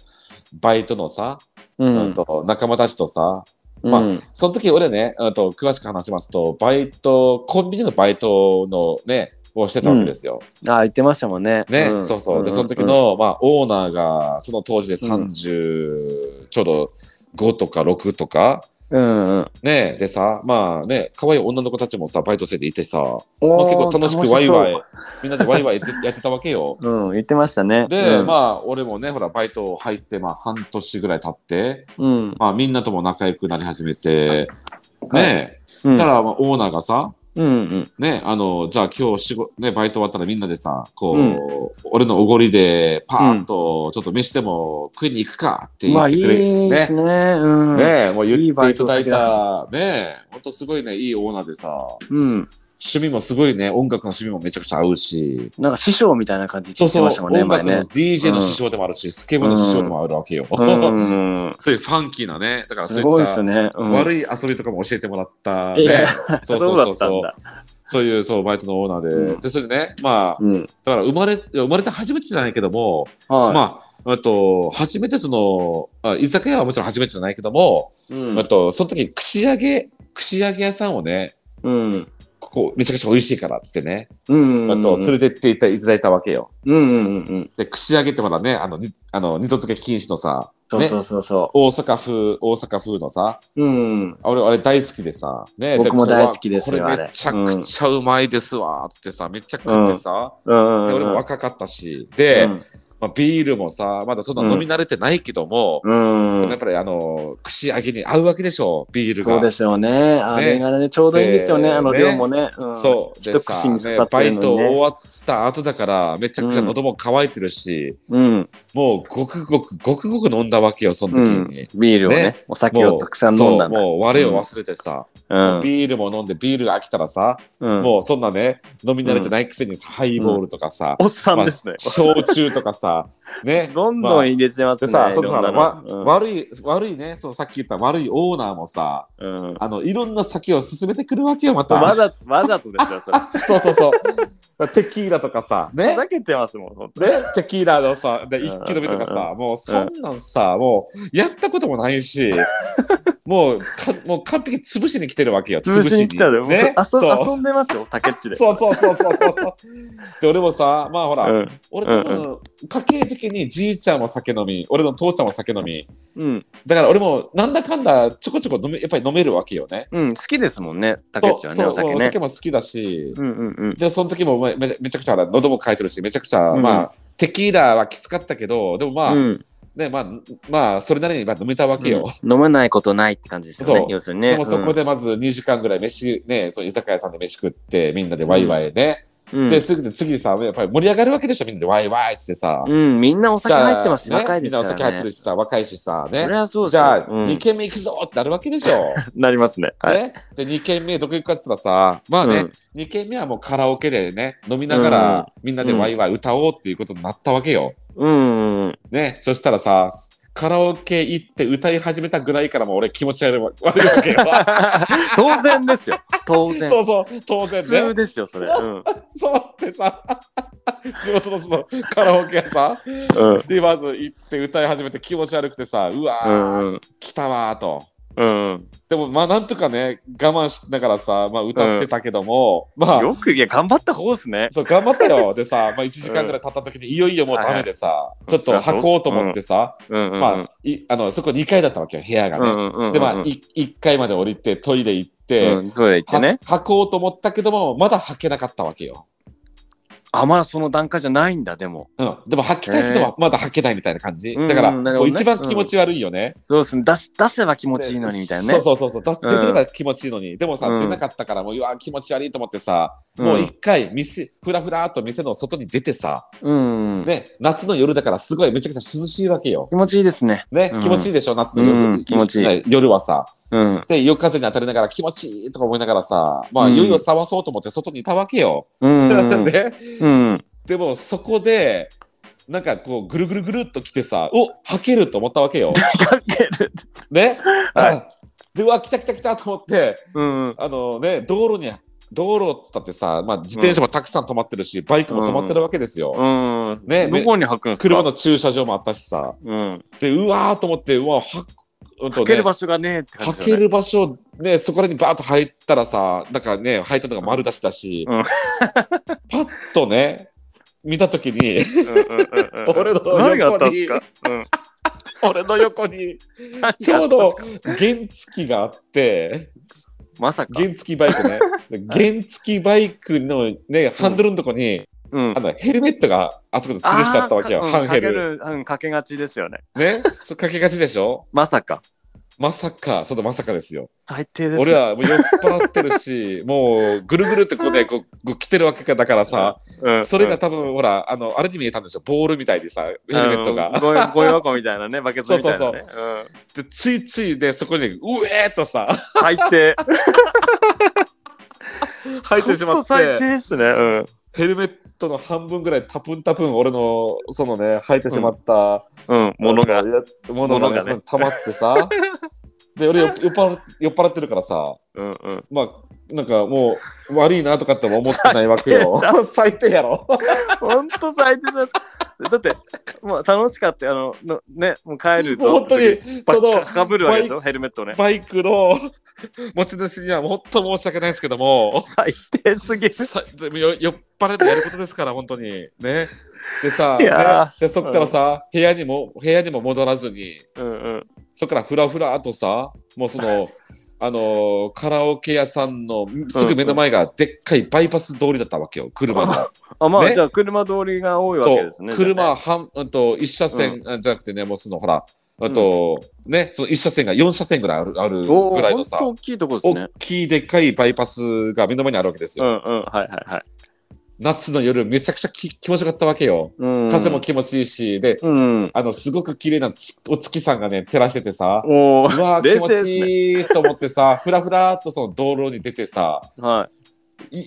Speaker 2: うバイトのさ、
Speaker 3: う
Speaker 2: うん
Speaker 3: ん。
Speaker 2: と仲間たちとさ
Speaker 3: ま
Speaker 2: まあ
Speaker 3: あ、
Speaker 2: その時俺ね、うん、と詳しく話しますとバイトコンビニのバイトのねをしてたわけですよ。
Speaker 3: あ言ってましたもんね。
Speaker 2: ね、
Speaker 3: ん
Speaker 2: そうそう。で、その時、の、まあ、オーナーが、その当時で30、ちょうど5とか6とか、
Speaker 3: うんうんうんうん。
Speaker 2: ね、でさ、まあね、可愛い女の子たちもさ、バイト生でいてさ、まあ、
Speaker 3: おー
Speaker 2: 結構楽しくワイワ。
Speaker 3: 楽
Speaker 2: イ
Speaker 3: し、
Speaker 2: みんなでワイワイやってやってたわけ よ。
Speaker 3: そううん、言ってましたね。
Speaker 2: で、
Speaker 3: うん
Speaker 2: まあ、俺もね、ほら、バイト入って、まあ、半年ぐらい経って、
Speaker 3: うん。
Speaker 2: まあ、みんなとも仲良くなり始めて、ね、
Speaker 3: うん
Speaker 2: た、ら、まあオーナーがさ、
Speaker 3: うんうん。
Speaker 2: ね、あの、じゃあ今日仕事、ね、バイト終わったらみんなでさ、こう、俺のおごりで、パーンと、ちょっと飯でも食いに行くかって
Speaker 3: う
Speaker 2: 言
Speaker 3: わ、
Speaker 2: っ
Speaker 3: い
Speaker 2: てくれる。
Speaker 3: いです
Speaker 2: ね。
Speaker 3: ね。うん。
Speaker 2: ね、もう言って
Speaker 3: いい
Speaker 2: い
Speaker 3: バイ
Speaker 2: た
Speaker 3: ト
Speaker 2: だ
Speaker 3: 先
Speaker 2: い
Speaker 3: だ
Speaker 2: た、ね、ほんとすごいね、いいオーナーでさ、
Speaker 3: うん。
Speaker 2: 趣味もすごいね、音楽の趣味もめちゃくちゃ合うし、
Speaker 3: なんか師匠みたいな感じ
Speaker 2: そうそう、
Speaker 3: 言ってましたもんね、
Speaker 2: 音楽
Speaker 3: 前
Speaker 2: の
Speaker 3: ね。
Speaker 2: DJ の師匠でもあるし、スケボーの師匠でもあるわけよ。
Speaker 3: うんうん。
Speaker 2: そういうファンキーなね、だから
Speaker 3: す
Speaker 2: そう
Speaker 3: ご
Speaker 2: い
Speaker 3: い
Speaker 2: っ
Speaker 3: です
Speaker 2: た
Speaker 3: ね。うん
Speaker 2: 悪い遊びとかも教えてもら った、
Speaker 3: いや
Speaker 2: ね、そうそうそ
Speaker 3: そ
Speaker 2: うそうう
Speaker 3: だっ。
Speaker 2: そういう、そう、バイトのオーナーで。
Speaker 3: うん
Speaker 2: で、それでね、まあ、
Speaker 3: たんだ。うん。
Speaker 2: だから生まれ、生まれて初めてじゃないけども、
Speaker 3: はい。
Speaker 2: まあ、あと、初めてその、あ居酒屋はもちろん初めてじゃないけども、
Speaker 3: うん
Speaker 2: あと、その時、串揚げ、串揚げ屋さんをね、
Speaker 3: うん。
Speaker 2: ここめちゃくちゃ美味しいからっつってね、
Speaker 3: うん。
Speaker 2: あと、連れてっていたいただいたわけよ。
Speaker 3: うんうんうんうん。
Speaker 2: で、串揚げってまだね、あの、にあの二度漬け禁止のさ、
Speaker 3: そうそうそうそ
Speaker 2: 大阪風、大阪風のさ、
Speaker 3: う。うん。
Speaker 2: 俺、あれ大好きでさ、ね、
Speaker 3: 僕も
Speaker 2: これは
Speaker 3: 大好きですよ
Speaker 2: これ
Speaker 3: あれ
Speaker 2: めちゃくちゃうまいですわ、つってさ、めっちゃ食ってさ、
Speaker 3: うん。
Speaker 2: で俺も若かったし、で、
Speaker 3: うん
Speaker 2: まあ、ビールもさ、まだそんな飲み慣れてないけども、
Speaker 3: うん
Speaker 2: やっ。ぱりあの、串揚げに合うわけでしょ、ビールが。
Speaker 3: そうですよね。あれがね、ちょうどいいですよね、
Speaker 2: で
Speaker 3: あの量もね。うん
Speaker 2: そうで
Speaker 3: 一
Speaker 2: さ、
Speaker 3: 口に刺
Speaker 2: ね
Speaker 3: さっ、て
Speaker 2: バ
Speaker 3: る
Speaker 2: イト
Speaker 3: のに
Speaker 2: 終
Speaker 3: ね。
Speaker 2: わった後だから、めちゃくちゃ喉も渇いてるし、
Speaker 3: うん。
Speaker 2: もうごくごくごくごく飲んだわけよ、その時
Speaker 3: うん
Speaker 2: に。
Speaker 3: ビールをね
Speaker 2: ね、
Speaker 3: お酒
Speaker 2: も
Speaker 3: を
Speaker 2: う
Speaker 3: たくさん飲んだん
Speaker 2: そう
Speaker 3: だ。
Speaker 2: もう我を忘れてさ、
Speaker 3: うん
Speaker 2: ビールも飲んでビールが飽きたらさ、
Speaker 3: うん
Speaker 2: もうそんなね飲み慣れてないくせにさ、ハイボールとかさ、
Speaker 3: おっさんですね。
Speaker 2: 焼酎と かさね
Speaker 3: どん
Speaker 2: ま
Speaker 3: ど
Speaker 2: あ
Speaker 3: ん入れてます
Speaker 2: で
Speaker 3: ね。
Speaker 2: さ、そ
Speaker 3: い
Speaker 2: の
Speaker 3: ろ
Speaker 2: さ
Speaker 3: んなの
Speaker 2: わ
Speaker 3: うん
Speaker 2: 悪い、悪いね、そのさっき言った悪いオーナーもさ、
Speaker 3: うん
Speaker 2: あの、いろんな酒を進めてくるわけよ、また。
Speaker 3: わざわざとですよ、それ。
Speaker 2: そうそうそう。 らテキーラとかさ、
Speaker 3: ふ
Speaker 2: ね。
Speaker 3: ざけてますもん、本当
Speaker 2: ね、テキーラのさ、で一気飲みとか
Speaker 3: うん
Speaker 2: さ、もうそんなんさ、もうやったこともな いし、もうかもう完璧に潰しに来てるわけよ。
Speaker 3: 潰しに来たで、もう
Speaker 2: ね。
Speaker 3: 遊
Speaker 2: そう
Speaker 3: 遊んでますよ、竹内で。
Speaker 2: そうそうそうそうそう。で、俺もさ、まあほら、
Speaker 3: うん
Speaker 2: 俺多分、家計的にじいちゃんも酒飲み、俺の父ちゃんも酒飲み、
Speaker 3: うん、
Speaker 2: だから俺もなんだかんだちょこちょこ飲めやっぱり飲めるわけよね。
Speaker 3: うん、好きですもんね、竹内はね、
Speaker 2: そう
Speaker 3: お
Speaker 2: そう
Speaker 3: 酒
Speaker 2: お
Speaker 3: ね
Speaker 2: 酒。も好きだし、
Speaker 3: うんうんうん。
Speaker 2: でその時もめめめちゃくちゃ喉も渇いてるしめちゃくちゃ、
Speaker 3: うん
Speaker 2: まあテキーラはきつかったけどでもまあ、
Speaker 3: うん
Speaker 2: ねまあまあそれなりにまあ飲めたわけよ、
Speaker 3: うん飲まないことないって感じですよ
Speaker 2: そ
Speaker 3: ね
Speaker 2: う、
Speaker 3: 要するにね。
Speaker 2: でもそこでまず2時間ぐらい飯ねそう居酒屋さんで飯食ってみんなでワイワイね、
Speaker 3: うん、うん
Speaker 2: で、すぐで次さやっぱり盛り上がるわけでしょみんなでワイワイっつってさ、
Speaker 3: うん、みんなお酒入ってますし、
Speaker 2: じゃあね
Speaker 3: 若いですか
Speaker 2: みんなお酒入って
Speaker 3: らね
Speaker 2: る。しさ若いしさね
Speaker 3: そりゃそうです
Speaker 2: じ
Speaker 3: よ
Speaker 2: ゃあ、
Speaker 3: うん
Speaker 2: 2軒目行くぞってなるわけでしょ。
Speaker 3: なりますね。 はい。
Speaker 2: ね、で2軒目どこ行くかっつったらさまあね、
Speaker 3: うん
Speaker 2: 2軒目はもうカラオケでね飲みながらみんなでワイワイ歌おうっていうことになったわけよ。
Speaker 3: うんうん
Speaker 2: ねそしたらさカラオケ行って歌い始めたぐらいからもう俺気持ち悪いわ 悪いわけよ。
Speaker 3: 当然ですよ。当然。
Speaker 2: そうそう当然
Speaker 3: 普
Speaker 2: ね
Speaker 3: 通。ですよ、それ。うん。
Speaker 2: そうってさ地元のそのカラオケ屋さん
Speaker 3: うん。
Speaker 2: でまず行って歌い始めて気持ち悪くてさうわ
Speaker 3: う
Speaker 2: ー、
Speaker 3: んうん。
Speaker 2: 来たわーと。
Speaker 3: うん
Speaker 2: でもまあなんとかね我慢しながらさ、まあ、歌ってたけども、まあ
Speaker 3: よく、いや、頑張った方ですね。
Speaker 2: そう頑張ったよでさ、まあ、1時間ぐらい経った時にいよいよもうダメでさ、
Speaker 3: い
Speaker 2: ちょっと履こうと思ってさ、
Speaker 3: うんうんうん。
Speaker 2: まあ、いあのそこ2階だったわけよ部屋が
Speaker 3: う
Speaker 2: ね。
Speaker 3: んうんうん。
Speaker 2: でまあい1階まで降りてトイレ行って、
Speaker 3: うん、トイレ行って
Speaker 2: は
Speaker 3: ね。
Speaker 2: 履こうと思ったけどもまだ履けなかったわけよ。
Speaker 3: あ、まだその段階じゃないんだ、でも。
Speaker 2: うん、でも履きたいけ
Speaker 3: へ
Speaker 2: どもまだ履けないみたいな感じ、
Speaker 3: うん
Speaker 2: だから、
Speaker 3: なるほど
Speaker 2: もう
Speaker 3: ね
Speaker 2: 一番気持ち悪いよね。
Speaker 3: そうですね。出し出せば気持ちいいのにみたいなね。
Speaker 2: そうそうそうそう出
Speaker 3: う
Speaker 2: 出
Speaker 3: ん
Speaker 2: てれば気持ちいいのに、でもさ、
Speaker 3: うん
Speaker 2: 出なかったからもううわ気持ち悪いと思ってさ、
Speaker 3: うん
Speaker 2: もう一回店ふらふらっと店の外に出てさ、
Speaker 3: うんうん。
Speaker 2: ね、夏の夜だからすごいめちゃくちゃ涼しいわけよ。
Speaker 3: 気持ちいいですね。
Speaker 2: ね
Speaker 3: うん、
Speaker 2: 気持ちいいでしょ、夏の夜,、
Speaker 3: うん気持ちいい
Speaker 2: ね夜はさ。
Speaker 3: うん。
Speaker 2: で、夜風に当たりながら気持ちいいとか思いながらさ、まあ、
Speaker 3: うん
Speaker 2: いよいよ探そうと思って外にいたわけよ。
Speaker 3: うんうん うん。
Speaker 2: ね
Speaker 3: うん。
Speaker 2: でも、そこで、なんかこう、ぐるぐるぐるっと来てさ、お吐けると思ったわけ よ。
Speaker 3: かける。
Speaker 2: ね。
Speaker 3: はい
Speaker 2: あで、うわ、来た来た来たと思って、
Speaker 3: うんうん。
Speaker 2: あのね、道路に、道路っつったってさ、まあ、自転車もたくさん止まってるし、バイクも止まってるわけですよ。
Speaker 3: うん。
Speaker 2: ね
Speaker 3: どこに履くんですか
Speaker 2: 車の駐車場もあったしさ。
Speaker 3: うん。
Speaker 2: で、うわーと思って、うわ、はうんと
Speaker 3: 履
Speaker 2: ね
Speaker 3: ける場所がねえって感じ
Speaker 2: 履
Speaker 3: だよ
Speaker 2: け
Speaker 3: ね。
Speaker 2: る場所ねそこらにバーッと入ったらさなんかね履いたのが丸出しだし、
Speaker 3: うん
Speaker 2: パッとね見た時 に
Speaker 3: うんうんうんうん
Speaker 2: 俺の
Speaker 3: 何があったん
Speaker 2: 横
Speaker 3: で
Speaker 2: に
Speaker 3: すかうん
Speaker 2: 俺の横 に
Speaker 3: 何があったんです
Speaker 2: ち
Speaker 3: か
Speaker 2: ょうど原付があって
Speaker 3: まさか。
Speaker 2: 原付バイクね原付バイクのねハンドルのとこに、
Speaker 3: うん
Speaker 2: あ。のヘルメットがあそこで吊るしてあったわけよ
Speaker 3: あー
Speaker 2: 半ヘ
Speaker 3: う
Speaker 2: ル、
Speaker 3: んかけるうん、かけがちですよね。
Speaker 2: ねそうかけがちでしょ
Speaker 3: まさか。
Speaker 2: まさかそのまさかですよ
Speaker 3: 最低ですね。
Speaker 2: 俺はもう酔っ払って るしもうぐるぐるってこうねこうこう来てるわけだからさ
Speaker 3: うん、
Speaker 2: それが多分ほらあのあれに見えたんでしょボールみたいにさヘ
Speaker 3: う
Speaker 2: ル
Speaker 3: ん、
Speaker 2: メットが。
Speaker 3: うんゴミゴミ箱みたいなね、バケツみたいなね。
Speaker 2: そうでついついでそこにうえーっ とさ
Speaker 3: うん最低。
Speaker 2: 入ってしまっ
Speaker 3: 本当最低
Speaker 2: て
Speaker 3: ですね。うん。
Speaker 2: ヘルメットの半分ぐらいタプンタプン俺のそのね入ってしまった
Speaker 3: うん、ものが。
Speaker 2: ものがね
Speaker 3: 物がね
Speaker 2: そこに溜まって さで俺酔っ酔っ払っ酔っ払ってるからさ
Speaker 3: うんうん。
Speaker 2: まあなんかもう悪いなとかっても思ってないわけよ 最低やろ
Speaker 3: 本当最低です。だって、もう楽しかったよあのの、ね、もう帰ると。
Speaker 2: 本当に
Speaker 3: バ
Speaker 2: そ
Speaker 3: ッ
Speaker 2: の
Speaker 3: カ、かぶるわけでしょ、ヘルメットね。
Speaker 2: バイクの持ち主には本当申し訳ないですけども、
Speaker 3: 最低すぎる。
Speaker 2: さでもよ酔っ払ってやることですから、本当に。ね。でさ、
Speaker 3: いやー
Speaker 2: ねでそっからさ、部屋にも、部屋にも戻らずに、
Speaker 3: うんうん。
Speaker 2: そっからふらふらとさ、もう その、あのーカラオケ屋さんのすぐ目の前がでっかいバイパス通りだったわけよ、車が。
Speaker 3: あ、まあ、
Speaker 2: ね
Speaker 3: じゃあ、車通りが多いわ
Speaker 2: そ
Speaker 3: けで
Speaker 2: う
Speaker 3: すね。
Speaker 2: 車
Speaker 3: じゃあ
Speaker 2: は
Speaker 3: ね。
Speaker 2: 半、うんと一車線、あじゃなくてね、もうそのほら、あと、ね、その一車線が四車線ぐらいあるある
Speaker 3: おお、
Speaker 2: ぐらいの
Speaker 3: 本
Speaker 2: さ。
Speaker 3: 当大きいとこですね
Speaker 2: 大。きいでっかいバイパスが目の前にあるわけです
Speaker 3: う
Speaker 2: よ。
Speaker 3: んうん、はいはいはい。
Speaker 2: 夏の夜めちゃくちゃき気持ちよかったわけよ。
Speaker 3: うん
Speaker 2: 風も気持ちいいし、で、
Speaker 3: うん。
Speaker 2: あの、すごく綺麗なつお月さんがね、照らしててさ、
Speaker 3: おお、
Speaker 2: うわー
Speaker 3: 冷
Speaker 2: 気持
Speaker 3: 静ですね
Speaker 2: ちいいと思ってさ、ふらふらっとその道路に出てさ、
Speaker 3: はい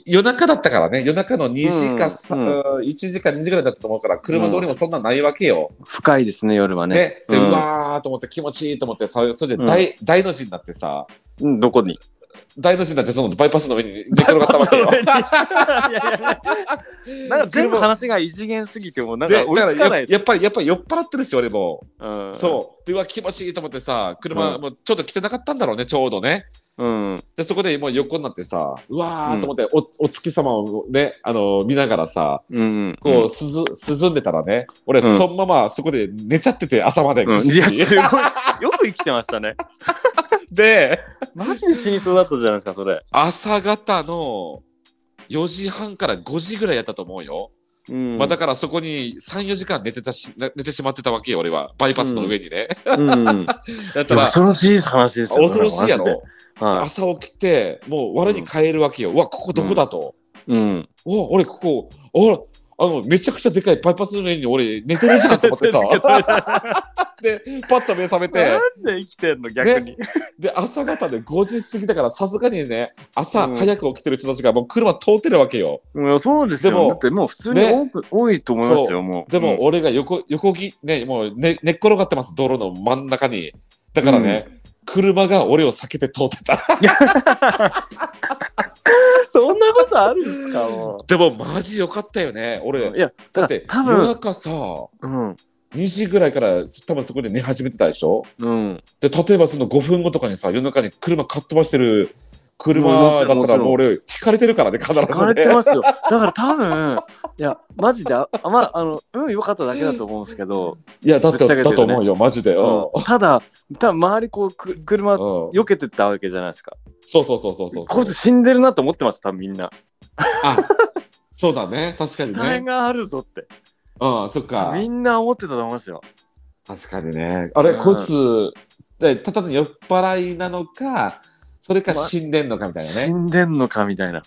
Speaker 2: 夜中だったからね、夜中の2時か、さ
Speaker 3: う
Speaker 2: 1時か2時ぐらいだったと思うから、車通りもそんなないわけよ。
Speaker 3: い。深いですね、夜はね。
Speaker 2: ね、で、
Speaker 3: うん
Speaker 2: うわーと思って気持ちいいと思ってさ、それで大,、大の字になってさ、
Speaker 3: うん、どこに
Speaker 2: 大の字になってそのバイパスの上に寝転がったわけよ。
Speaker 3: いやいやなんか全部話が異次元すぎてもうなん
Speaker 2: で
Speaker 3: か
Speaker 2: だ
Speaker 3: 追いつ
Speaker 2: か
Speaker 3: からない
Speaker 2: や
Speaker 3: で
Speaker 2: やっぱりやっぱり酔っ払ってるし俺も、
Speaker 3: す。うん
Speaker 2: そうでうわ気持ちいいと思ってさ車、
Speaker 3: うん
Speaker 2: もうちょっと来てなかったんだろうねちょうどね
Speaker 3: うん。
Speaker 2: でそこでもう横になってさうわ
Speaker 3: う
Speaker 2: ー
Speaker 3: ん
Speaker 2: と思ってお,、お月様をねあの見ながらさ
Speaker 3: うん。
Speaker 2: こう、すず涼んでたらね俺、
Speaker 3: うん
Speaker 2: そのままそこで寝ちゃってて朝まで、
Speaker 3: うん、いや、すごい。よく生きてましたね。
Speaker 2: で
Speaker 3: マジで死にそうだったじゃないですか、それ。
Speaker 2: 朝方の4時半から5時ぐらいやったと思うよ、
Speaker 3: うん
Speaker 2: まあ、だからそこに34時間寝てたしな寝てしまってたわけよ俺はバイパスの上にね、
Speaker 3: うん。
Speaker 2: だったら
Speaker 3: 恐ろしい話ですよ。
Speaker 2: 恐ろしいやろ。
Speaker 3: は
Speaker 2: 朝起きてもう我に返るわけよ、うわここどこだと、
Speaker 3: い。うん。
Speaker 2: うわ俺ここあらあのめちゃくちゃでかいバイパスの上に俺寝てるじゃんと思 ってさでパッと目覚めて
Speaker 3: なんで生きてんの、逆に。
Speaker 2: で朝方で5時過ぎだからさすがにね朝
Speaker 3: うん
Speaker 2: 早く起きてる人たちがもう車通ってるわけよ
Speaker 3: うん、そうです
Speaker 2: でも
Speaker 3: よ。だってもう普通に多く、多いと思いますよ、もう。
Speaker 2: でも
Speaker 3: うん、
Speaker 2: 俺が横横切ねもう寝寝っ転がってます道路の真ん中にだからね、車が俺を避けて通ってた
Speaker 3: そんなことあるんですか、も
Speaker 2: でもマジよかったよね俺
Speaker 3: う。いや、だ
Speaker 2: だっ
Speaker 3: って
Speaker 2: て
Speaker 3: 多
Speaker 2: 夜
Speaker 3: 分、
Speaker 2: 中さ
Speaker 3: うん。
Speaker 2: 2時ぐらいから多分そこで寝始めてたでしょ
Speaker 3: うん。
Speaker 2: で例えばその5分後とかにさ夜中に車かっ飛ばしてる車
Speaker 3: うん
Speaker 2: だっ
Speaker 3: も
Speaker 2: た
Speaker 3: ちろ
Speaker 2: ら
Speaker 3: ん
Speaker 2: もう俺引かれてるからね必ずね
Speaker 3: 聞かれてますよ。だから多分、いや、マジで、あまあ、あの、うん、良かっただけだと思うんですけど、
Speaker 2: いやだって
Speaker 3: ぶっちゃけてるね
Speaker 2: だと思うよマジで、うん
Speaker 3: うんただ、多分周りこう、く車、
Speaker 2: うん
Speaker 3: 避けてったわけじゃないですか。
Speaker 2: そうそうそうそうそう
Speaker 3: こいつ死んでるなと思ってました、多分みんな。
Speaker 2: あそうだね確かに
Speaker 3: 大変
Speaker 2: ね
Speaker 3: があるぞって。
Speaker 2: うんそっか
Speaker 3: みんな思ってたと思いますよ。
Speaker 2: 確かにねあれ、
Speaker 3: うん
Speaker 2: こいつでただの酔っ払いなのかそれか
Speaker 3: ま
Speaker 2: 死んでんのかみたいなね、
Speaker 3: 死んでんのかみたいな。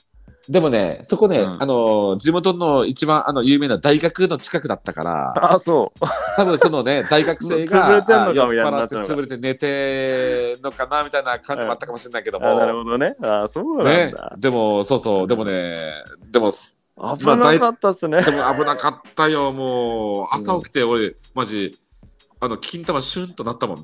Speaker 2: でもねそこね、
Speaker 3: うん
Speaker 2: あの地元の一番あの有名な大学の近くだったから
Speaker 3: あ、そう。
Speaker 2: 多分そのね、大学生
Speaker 3: 潰
Speaker 2: が
Speaker 3: れてんのか
Speaker 2: あ酔っ
Speaker 3: みたいに
Speaker 2: 払
Speaker 3: な
Speaker 2: っ
Speaker 3: ってたのが
Speaker 2: 潰れて寝てんのかなみたいな感じもあったかもしれないけど
Speaker 3: あなる
Speaker 2: も、
Speaker 3: ほどね。あ、そうなん
Speaker 2: ね
Speaker 3: だ、。
Speaker 2: でも、そうそう、でもね、でも、す
Speaker 3: 危なかったっすね。
Speaker 2: でも危なかったよ、もう、朝起きて、俺、マジ、あの、金玉シュンとなったも んね。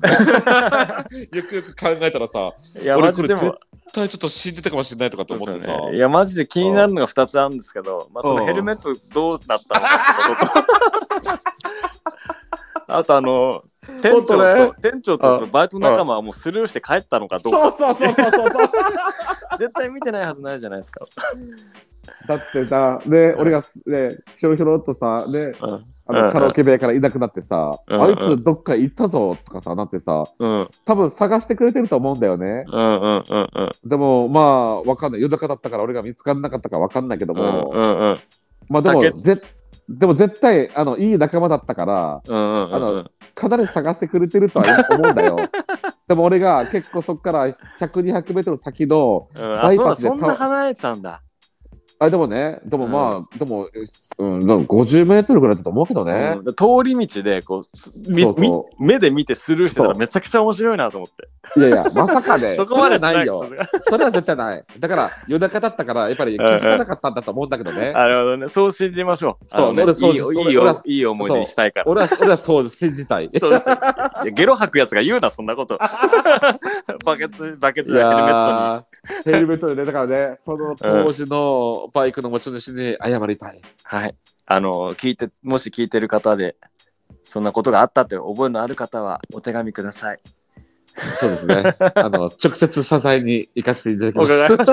Speaker 2: よくよく考えたらさ、
Speaker 3: いや、マ
Speaker 2: 俺
Speaker 3: ジで
Speaker 2: これ
Speaker 3: も。
Speaker 2: 一体ちょっと死んでたかもしれないとかと思ってさ、
Speaker 3: そうですよねいや、マジで気になるのが2つあるんですけど、まあ、そのヘルメットどうなったのか ってことと。あとあの店長
Speaker 2: ほん
Speaker 3: と店長とそのバイト仲間はもうスルーして帰ったのかどうか
Speaker 2: そうそうそうそうそう。
Speaker 3: 絶対見てないはずないじゃないですか。
Speaker 4: だってさ、で、俺がす、ね、ひょろひょろっとさ、で、
Speaker 3: うん
Speaker 4: あ
Speaker 3: うんう
Speaker 4: の
Speaker 3: ん
Speaker 4: カラオケ部屋からいなくなってさ、
Speaker 3: うんうん
Speaker 4: あいつどっか行ったぞとかさ、なってさ、
Speaker 3: うん
Speaker 4: 多分探してくれてると思うんだよね。
Speaker 3: うんうんうんうん
Speaker 4: でも、まあ、わかんない。夜中だったから俺が見つからなかったかわかんないけども、
Speaker 3: うんうん
Speaker 4: まあで
Speaker 3: だ
Speaker 4: も、
Speaker 3: け
Speaker 4: ぜでも絶対、あの、いい仲間だったから、
Speaker 3: うんうんうん
Speaker 4: あかなり探してくれてるとは思うんだ よ。でも俺が結構そこから100、200メートル先の、
Speaker 3: うん
Speaker 4: バ
Speaker 3: あ
Speaker 4: イ
Speaker 3: そう
Speaker 4: パ
Speaker 3: だ
Speaker 4: スで
Speaker 3: そんな離れてたんだ。
Speaker 4: あ、でもね、でもまあ、でも、うん、でも50メートルぐらいだと思うけどね。
Speaker 3: うんで通り道でこうすみ
Speaker 4: そうそ
Speaker 3: み目で見てスルーしてたら
Speaker 4: そう
Speaker 3: めちゃくちゃ面白いなと思って。
Speaker 4: いやいや、まさかね。
Speaker 3: そこまで
Speaker 4: それはないよ
Speaker 3: し。なくて
Speaker 4: それは絶対ない。だから、夜中だったから、やっぱり気づかなかったんだと思うんだけどね。
Speaker 3: なるほどね。そう信じましょう。
Speaker 4: そう
Speaker 3: あのね
Speaker 4: 俺そう
Speaker 3: いいよ
Speaker 4: そう
Speaker 3: いい
Speaker 4: 俺は
Speaker 3: よいい思い出にしたいから。
Speaker 4: 俺は、俺は そう信じた い。
Speaker 3: そうですいやゲロ吐くやつが言うな、そん なこと。バケツ、バケ
Speaker 4: い
Speaker 3: ツやヘ
Speaker 4: やーヘル
Speaker 3: ルメットに。
Speaker 4: メットでね、だからね、その当時のバイクの持ち主に謝りたい。
Speaker 3: はい。あの、聞いて、もし聞いてる方で、そんなことがあったって覚えのある方は、お手紙ください。
Speaker 4: そうです ね。あの、直接謝罪に行かせていただき
Speaker 3: お
Speaker 4: ま
Speaker 3: 伺いしま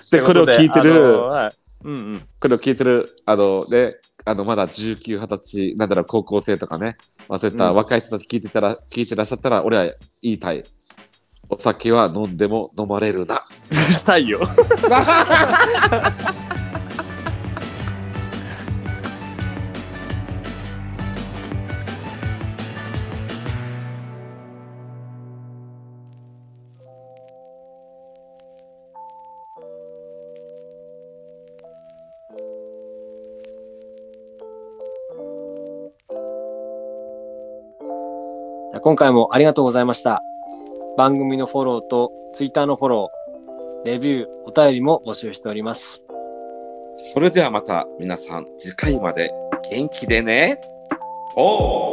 Speaker 3: す
Speaker 4: す。 で、これを聞いて
Speaker 3: あの
Speaker 4: る、
Speaker 3: はいうんうん。
Speaker 4: これを聞いてる、あのね、あの、まだ19、20歳、なんだろう、高校生とかね、まあ、そういった
Speaker 3: うん
Speaker 4: 若い人たち聞いてたら、聞いてらっしゃったら、俺は言いたい。お酒は飲んでも飲まれるな。
Speaker 3: うるさいよ。今回もありがとうございました。番組のフォローとツイッターのフォロー、レビュー、お便りも募集しております。
Speaker 2: それではまた皆さん次回まで元気でね。おー